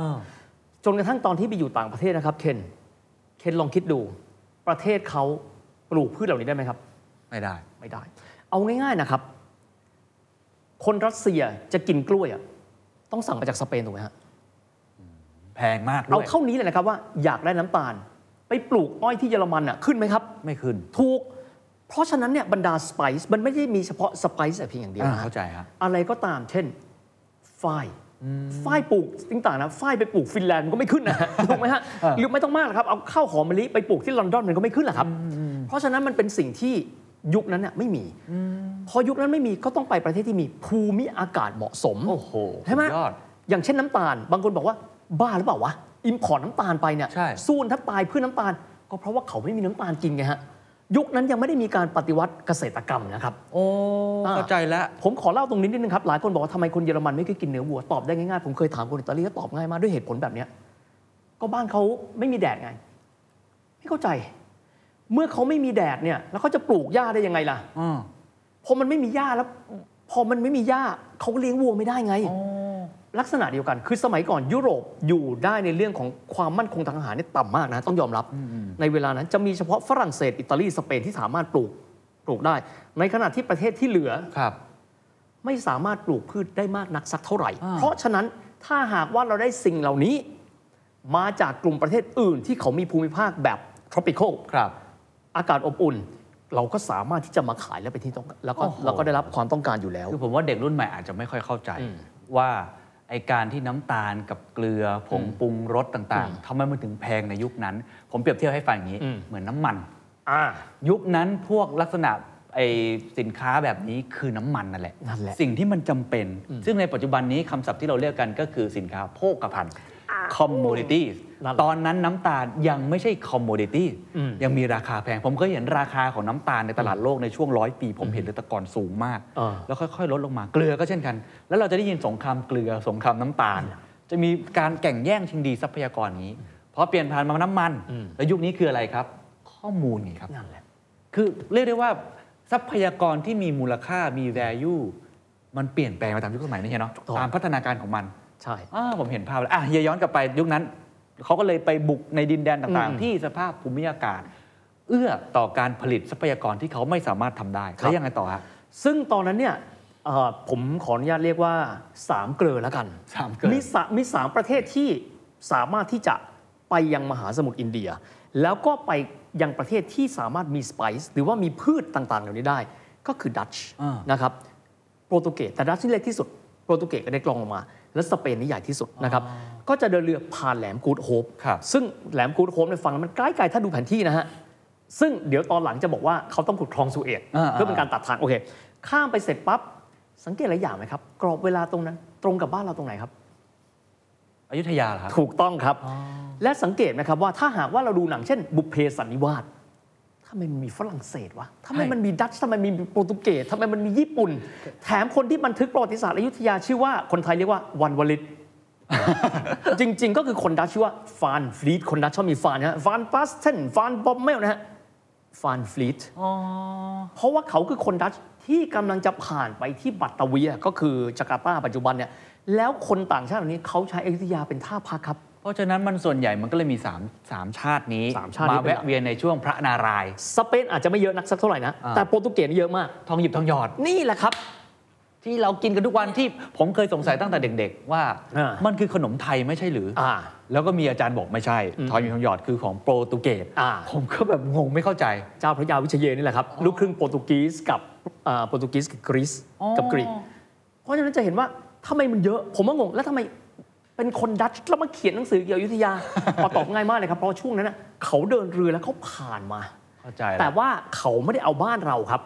Speaker 1: จนกระทั่งตอนที่ไปอยู่ต่างประเทศนะครับ เคน เคนลองคิดดู ประเทศเขาปลูกพืชเหล่านี้ได้ไหมครับ
Speaker 2: ไม่ได้
Speaker 1: ไม่ได้ เอาง่ายๆนะครับ คนรัสเซียจะกินกล้วยอะต้องสั่งมาจากสเปนถูกไหมฮะ
Speaker 2: แพงมากด้วย
Speaker 1: เอาเท่านี้เลยนะครับว่าอยากได้น้ำตาล ไปปลูกอ้อยที่เยอรมันอ่ะขึ้นไหมครับ
Speaker 2: ไม่ขึ้น
Speaker 1: ถูก เพราะฉะนั้นเนี่ยบรรดาสไปซ์มันไม่ได้มีเฉพาะสไปซ์แต่เพียงอย่างเดียว
Speaker 2: อ่า
Speaker 1: นะ
Speaker 2: เข้าใจฮะ
Speaker 1: อะไรก็ตามเช่นฝ้ายฝ้ายปลูกต่างๆนะฝ้ายไปปลูกฟินแลนด์มันก็ไม่ ขึ้นนะ ถูกไหมฮะ
Speaker 2: อ่า
Speaker 1: หรือไม่ต้องมากหรอกครับเอาข้าวหอมมะลิไปปลูกที่ลอนดอนมันก็ไม่ขึ้นหรอกครับ เพราะฉะนั้นมันเป็นสิ่งที่ยุคนั้นเนี่ยไม่มีพอยุคนั้นไม่มีก็ต้องไปประเทศที่มีภูมิอากาศเหมาะสม
Speaker 2: โอ้โห
Speaker 1: ใช่ไหม
Speaker 2: สุดยอด
Speaker 1: อย่างเช่นน้ำตาล บางคนบอกว่าบ้าหรือเปล่าวะ อิมพอร์ตน้ำตาลไปเนี่ย
Speaker 2: ใช่
Speaker 1: สู้ถ้าตายเพื่อน้ำตาล ก็เพราะว่าเขาไม่มีน้ำตาลกินไงฮะ ยุคนั้นยังไม่ได้มีการปฏิวัติเกษตรกรรมนะครับ
Speaker 2: โอ้
Speaker 1: อ่า
Speaker 2: เข้าใจแล้ว
Speaker 1: ผมขอเล่าตรงนี้นิดนึงครับ หลายคนบอกว่าทำไมคนเยอรมันไม่เคยกินเนื้อวัว ตอบได้ง่ายๆ ผมเคยถามคนอิตาลีก็ตอบง่ายมากด้วยเหตุผลแบบเนี้ยก็บ้านเขาไม่มีแดดไง ไม่เข้าใจ เมื่อเขาไม่มีแดดเนี่ย แล้วเขาจะปลูกหญ้าได้ยังไงล่ะ
Speaker 2: อ๋อ
Speaker 1: พอมันไม่มีหญ้าแล้ว พอมันไม่มีหญ้าเขาก็เลี้ยงวัวไม่ได้ไง ลักษณะเดียวกัน คือสมัยก่อนยุโรปอยู่ได้ในเรื่องของความมั่นคงทางอาหารเนี่ยต่ำมากนะ ต้องยอมรับ ในเวลานั้นจะมีเฉพาะฝรั่งเศส อิตาลี สเปนที่สามารถปลูกปลูกได้ ในขณะที่ประเทศที่เหลือ
Speaker 2: ครับ
Speaker 1: ไม่สามารถปลูกพืชได้มากนักสักเท่าไหร่
Speaker 2: อ่า
Speaker 1: เพราะฉะนั้นถ้าหากว่าเราได้สิ่งเหล่านี้ มาจากกลุ่มประเทศอื่นที่เขามีภูมิภาคแบบ tropical
Speaker 2: ครับ
Speaker 1: อากาศอบอุ่น เราก็สามารถที่จะมาขายแล้วไปนที่ต้องการแล้วก็
Speaker 2: โอ้โห
Speaker 1: เราก็ได้รับความต้องการอยู่แล้ว
Speaker 2: คือผมว่าเด็กรุ่นใหม่อาจจะไม่ค่อยเข้าใจ
Speaker 1: อืม
Speaker 2: ว่าไอการที่น้ำตาลกับเกลือผงปรุงรสต่าง
Speaker 1: อืม
Speaker 2: ๆทำไมมันถึงแพงในยุคนั้น ผมเปรียบเทียบให้ฟังอย่างนี้
Speaker 1: อืม
Speaker 2: เหมือนน้ำมัน
Speaker 1: อ่า
Speaker 2: ยุคนั้นพวกลักษณะไอสินค้าแบบนี้คือน้ำมันนั่นแหละ
Speaker 1: นั่นแหละ
Speaker 2: สิ่งที่มันจำเป็น ซึ่งในปัจจุบันนี้คำศัพท์ที่เราเรียกกันก็คือสินค้าโภคภัณฑ์ commodities
Speaker 1: นั่นแหละ
Speaker 2: ตอนนั้นน้ำตาลยังไม่ใช่ commodity
Speaker 1: อืม
Speaker 2: ยังมีราคาแพง ผมเคยเห็นราคาของน้ำตาลในตลาดโลกในช่วงร้อยปี ผมเห็นเลยแต่ก่อนสูงมาก
Speaker 1: อ่า
Speaker 2: แล้วค่อยๆ ลดลงมาเกลือก็เช่นกัน แล้วเราจะได้ยินสงครามเกลือสงครามน้ำตาล จะมีการแข่งแย่งชิงดีทรัพยากรอย่างนี้พอเปลี่ยนผ่านมาน้ำมัน แล้วยุคนี้คืออะไรครับ ข้อมูลไงครับ
Speaker 1: นั่นแหละ
Speaker 2: คือเรียกได้ว่าทรัพยากรที่มีมูลค่ามี value มันเปลี่ยนแปลงไปตามยุคสมัยนี่เนาะ
Speaker 1: ถูกต้อง
Speaker 2: ตามพัฒนาการของมัน
Speaker 1: ใช่
Speaker 2: อ่าผมเห็นภาพแล้วอ่ะเฮียย้อนกลับไปยุคนั้น เขาก็เลยไปบุกในดินแดนต่าง
Speaker 1: อืม
Speaker 2: ๆ ที่สภาพภูมิอากาศ เอื้อต่อการผลิตทรัพยากรที่เขาไม่สามารถทำได้
Speaker 1: ครับ
Speaker 2: แล้วยังไงต่อฮะ
Speaker 1: ซึ่งตอนนั้นเนี่ยเอ่อผมขออนุญาตเรียกว่า 3 เกลอแล้วกัน
Speaker 2: สามเกลอ
Speaker 1: มีสามีสามประเทศที่สามารถที่จะไปยังมหาสมุทรอินเดีย แล้วก็ไปยังประเทศที่สามารถมีสไปซ์หรือว่ามีพืชต่างๆ เหล่านี้ได้ ก็คือดัตช์
Speaker 2: อ่าน
Speaker 1: นะครับโปรตุเกสแต่ดัตช์นี่เล็กที่สุด โปรตุเกสก็ได้กรองลงมา และสเปนนี่ใหญ่ที่สุดนะครับก็จะเดินเรือผ่านแหลมกูดโฮป
Speaker 2: ครับ
Speaker 1: ซึ่งแหลมกูดโฮมในยฟังแล้วมันใกล้ๆถ้าดูแผนที่นะฮะ ซึ่งเดี๋ยวตอนหลังจะบอกว่าเขาต้องขุดคลองสุเอต
Speaker 2: อ่าๆ
Speaker 1: เพื่อเป็นการตัดทาง โอเค ข้ามไปเสร็จปั๊บ สังเกตหลายอย่างไหมครับ กรอบเวลาตรงนั้น ตรงกับบ้านเราตรงไหนครับ
Speaker 2: อยุธยาเหรอครับ
Speaker 1: ถูกต้องครับ และสังเกตนะครับว่าถ้าหากว่าเราดูหนังเช่น บุพเพสันนิวาสทำไมมันมีฝรั่งเศสวะทำไม
Speaker 2: ใช่
Speaker 1: มันมีดัตช์ทำไมมีโปรตุเกสทำไมมันมีญี่ปุ่น แถมคนที่บันทึกประวัติศาสตร์อยุธยาชื่อว่าคนไทยเรียกว่าวันวลิต จริง ๆ ก็คือคนดัตช์ชื่อว่าฟานฟลีดคนดัตช์ชอบมีฟานนะฮะฟานปัสเทนฟานบอมเมลนะฮะฟานฟลีด
Speaker 2: อ๋อ
Speaker 1: เพราะว่าเขาคือคนดัตช์ที่กำลังจะผ่านไปที่บัตตาเวียก็คือจาการ์ตาปัจจุบันเนี่ยแล้วคนต่างชาติเหล่านี้เขาใช้อยุธยาเป็นท่าพักครับ
Speaker 2: เพราะฉะนั้นมันส่วนใหญ่มันก็เลยมี3ามชาตินี้
Speaker 1: สามชาตินี้
Speaker 2: มา
Speaker 1: เป็นหลั
Speaker 2: แวะ
Speaker 1: ก
Speaker 2: เวียนในช่วงพระนารายณ์
Speaker 1: สเปนอาจจะไม่เยอะนักสักเท่าไหร่นะ
Speaker 2: อ่า
Speaker 1: แต่โปรตุเกสเยอะมาก
Speaker 2: ทองหยิบทองหยอด
Speaker 1: นี่แหละครับ
Speaker 2: ที่เรากินกันทุกวันที่ผมเคยสงสัยตั้งแต่เด็ก ๆ ว่า
Speaker 1: อ่ามั
Speaker 2: มันคือขนมไทยไม่ใช่หรือ
Speaker 1: อ่า
Speaker 2: แล้วก็มีอาจารย์บอกไม่ใช่ ทองหยิบทองหยอดคือของโปรตุเกส
Speaker 1: อ่า
Speaker 2: ผมก็แบบงงไม่เข้าใจ
Speaker 1: เจ้าพระยาวิเชยเยนนี่แหละครับ ลูกครึ่งโปรตุเกสกับอ่าโปรตุเกสกับกรีซ
Speaker 2: อ๋อ
Speaker 1: กับกรีก เพราะฉะนั้นจะเห็นว่าทำไมมันเยอะ ผมว่างง แล้วทำไมเป็นคนดัตช์แล้วมาเขียนหนังสือเกี่ยวกับอยุธ ยา พอตอบง่ายมากเลยครับ เพราะว่าช่วงนั้นนะเขาเดินเรือแล้วเขาผ่านมา
Speaker 2: เข้าใจ
Speaker 1: แต่
Speaker 2: แล้ว
Speaker 1: ว่าเขาไม่ได้เอาบ้านเราครับ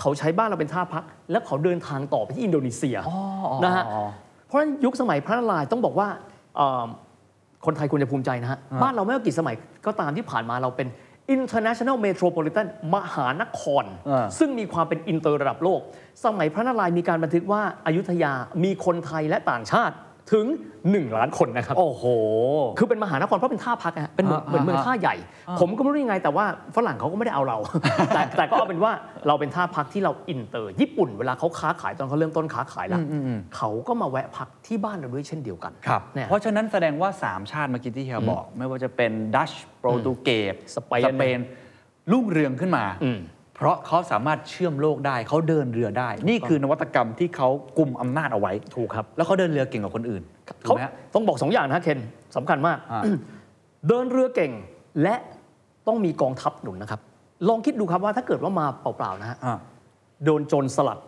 Speaker 1: เขาใช้บ้านเราเป็นท่าพัก แล้วเขาเดินทางต่อไปที่อินโดนีเซีย
Speaker 2: อ๋ออ๋อ
Speaker 1: นะฮะ
Speaker 2: อ๋อ
Speaker 1: เพราะฉะนั้นยุคสมัยพระนารายณ์ต้องบอกว่าเอ่อคนไทยควรจะภูมิใจนะฮะ บ้านเราไม่ว่ากี่สมัยก็ตามที่ผ่านมาเราเป็น international metropolitan มหานคร
Speaker 2: เออ
Speaker 1: ซึ่งมีความเป็นอินเตอร์ระดับโลก สมัยพระนารายณ์มีการบันทึกว่าอายุทยามีคนไทยและต่างชาติ ถึง 1 ล้านคนนะครับ
Speaker 2: โอ้โห
Speaker 1: คือเป็นมหานครเพราะเป็นท่าพักอะฮะเป็นเหมือน
Speaker 2: อ่า
Speaker 1: เหมือนเมือง
Speaker 2: อ่า
Speaker 1: ท่าใหญ่ ผมก็ไม่รู้ยังไงแต่ว่าฝรั่งเขาก็ไม่ได้เอาเรา แต่แต่ก็เอาเป็นว่าเราเป็นท่าพักที่เราอินเตอร์ ญี่ปุ่นเวลาเขาค้าขายตอนเขาเริ่มต้นค้าขายละ
Speaker 2: อืมอืมอืม
Speaker 1: เขาก็มาแวะพักที่บ้านเราด้วยเช่นเดียวกัน
Speaker 2: ครับ
Speaker 1: เนี่ย
Speaker 2: เพราะฉะนั้นแสดงว่า 3 ชาติเมื่อกี้ที่เฮียบอก ไม่ว่าจะเป็นดัชโปรตุเกส
Speaker 1: สเปน
Speaker 2: เปนรุ่งเรืองขึ้นมา
Speaker 1: อืม
Speaker 2: เพราะเขาสามารถเชื่อมโลกได้เขาเดินเรือได้ นี่คือนวัตกรรมที่เขากุมอำนาจเอาไว้
Speaker 1: ถูกครับ
Speaker 2: แล้วเขาเดินเรือเก่งกว่าคนอื่นถู
Speaker 1: เขา
Speaker 2: กไหมฮะ
Speaker 1: ต้องบอกสองอย่างนะเคนสำคัญมาก
Speaker 2: อ่า
Speaker 1: เดินเรือเก่งและต้องมีกองทัพหนุนนะครับ ลองคิดดูครับว่าถ้าเกิดว่ามาเปล่าๆนะฮะ
Speaker 2: อ่า
Speaker 1: โดนโจรสลัด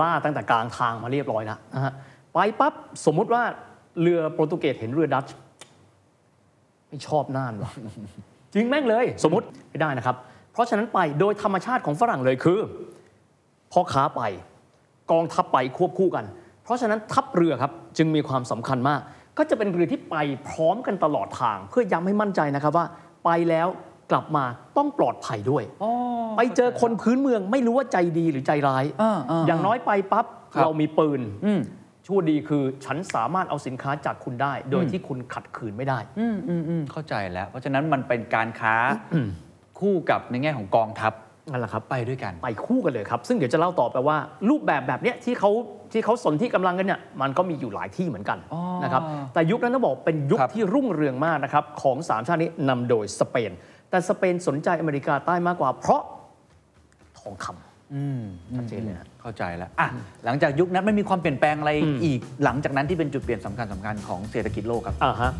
Speaker 1: ล่าตั้งแต่กลางทางมาเรียบร้อยแล้วนะฮะไปปั๊บสมมุติว่าเรือโปรตุเกสเห็นเรือดัตช์ไม่ชอบน่านว่ะ จริงแม่งเลย สมมติไม่ได้นะครับ เพราะฉะนั้นไปโดยธรรมชาติของฝรั่งเลยคือพ่อค้าไป กองทัพไปควบคู่กัน เพราะฉะนั้นทัพเรือครับจึงมีความสำคัญมาก ก็จะเป็นเรือที่ไปพร้อมกันตลอดทาง เพื่อย้ำให้มั่นใจนะครับว่าไปแล้วกลับมาต้องปลอดภัยด้วย ไปเจอคนพื้นเมืองไม่รู้ว่าใจดีหรือใจร้าย
Speaker 2: อ่าอ่า
Speaker 1: อย่างน้อยไปปั๊บ
Speaker 2: ครับ
Speaker 1: เรามีปืน
Speaker 2: อืม
Speaker 1: ชั่วดีคือฉันสามารถเอาสินค้าจากคุณได้ โดยที่คุณขัดขืนไม่ได้
Speaker 2: อืมอืมอืมเข้าใจแล้ว เพราะฉะนั้นมันเป็นการค้าคู่กับในแง่ของกองทัพ
Speaker 1: นั่นแหละครับ
Speaker 2: ไปด้วยกัน
Speaker 1: ไปคู่กันเลยครับ ซึ่งเดี๋ยวจะเล่าต่อไปว่า รูปแบบแบบเนี้ยที่เขาที่เขาสนที่กำลังกันเนี่ยมันก็มีอยู่หลายที่เหมือนกัน
Speaker 2: อ๋อ
Speaker 1: นะครับแต่ยุคนั้นต้องบอกเป็นยุค
Speaker 2: ครับ
Speaker 1: ที่รุ่งเรืองมากนะครับของสามชาตินี้นำโดยสเปน แต่สเปนสนใจอเมริกาใต้มากกว่า เพราะทองคำ
Speaker 2: อืม
Speaker 1: ชัดเจนเลยฮะ
Speaker 2: เข้าใจแล้วอ่ะหลังจากยุคนั้นไม่มีความเปลี่ยนแปลงอะไรอีกหลังจากนั้นที่เป็นจุดเปลี่ยนสำคัญสคัญๆของเศรษฐกิจโลกครับ
Speaker 1: อ่าฮะ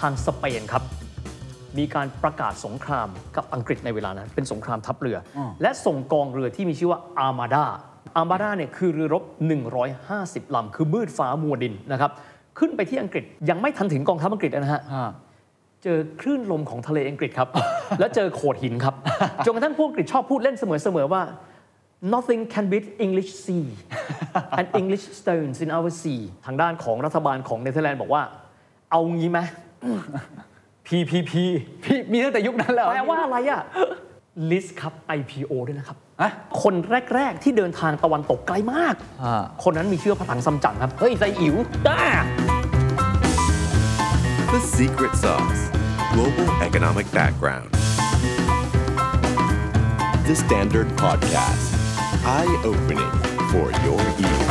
Speaker 1: ทางสเปนครับ มีการประกาศสงครามกับอังกฤษในเวลานั้น เป็นสงครามทัพเรืออ
Speaker 2: อ
Speaker 1: และส่งกองเรือที่มีชื่อว่าอาร์มาดาอาร์มาดาเนี่ยคือเรือรบ 150 ลำ คือมืดฟ้ามัวดินนะครับ ขึ้นไปที่อังกฤษยังไม่ทันถึงกองทัพอังกฤษนะฮะ เจอคลื่นลมของทะเลอังกฤษครับ แล้วเจอโขดหินครับ จนกระทั่งพวกอังกฤษชอบพูดเล่นเสมอๆว่า nothing can beat English sea and English stones in our sea ทางด้านของรัฐบาลของเนเธอร์แลนด์บอกว่า เอางี้ไหม PPP
Speaker 2: พี่ มีตั้งแต่ยุคนั้นแล้ว
Speaker 1: แปลว่าอะไรอะ list ครับ IPO ด้วยนะครับ
Speaker 2: อะ
Speaker 1: คนแรก ๆ ที่เดินทางตะวันตกไกลมาก
Speaker 2: อ่า
Speaker 1: คนนั้นมีชื่อว่าพระถังซัมจั๋งครับ เฮ้ยใจอิ๋วจ้า
Speaker 3: The secret sauce. Global economic background. The Standard Podcast. Eye opening for your ears.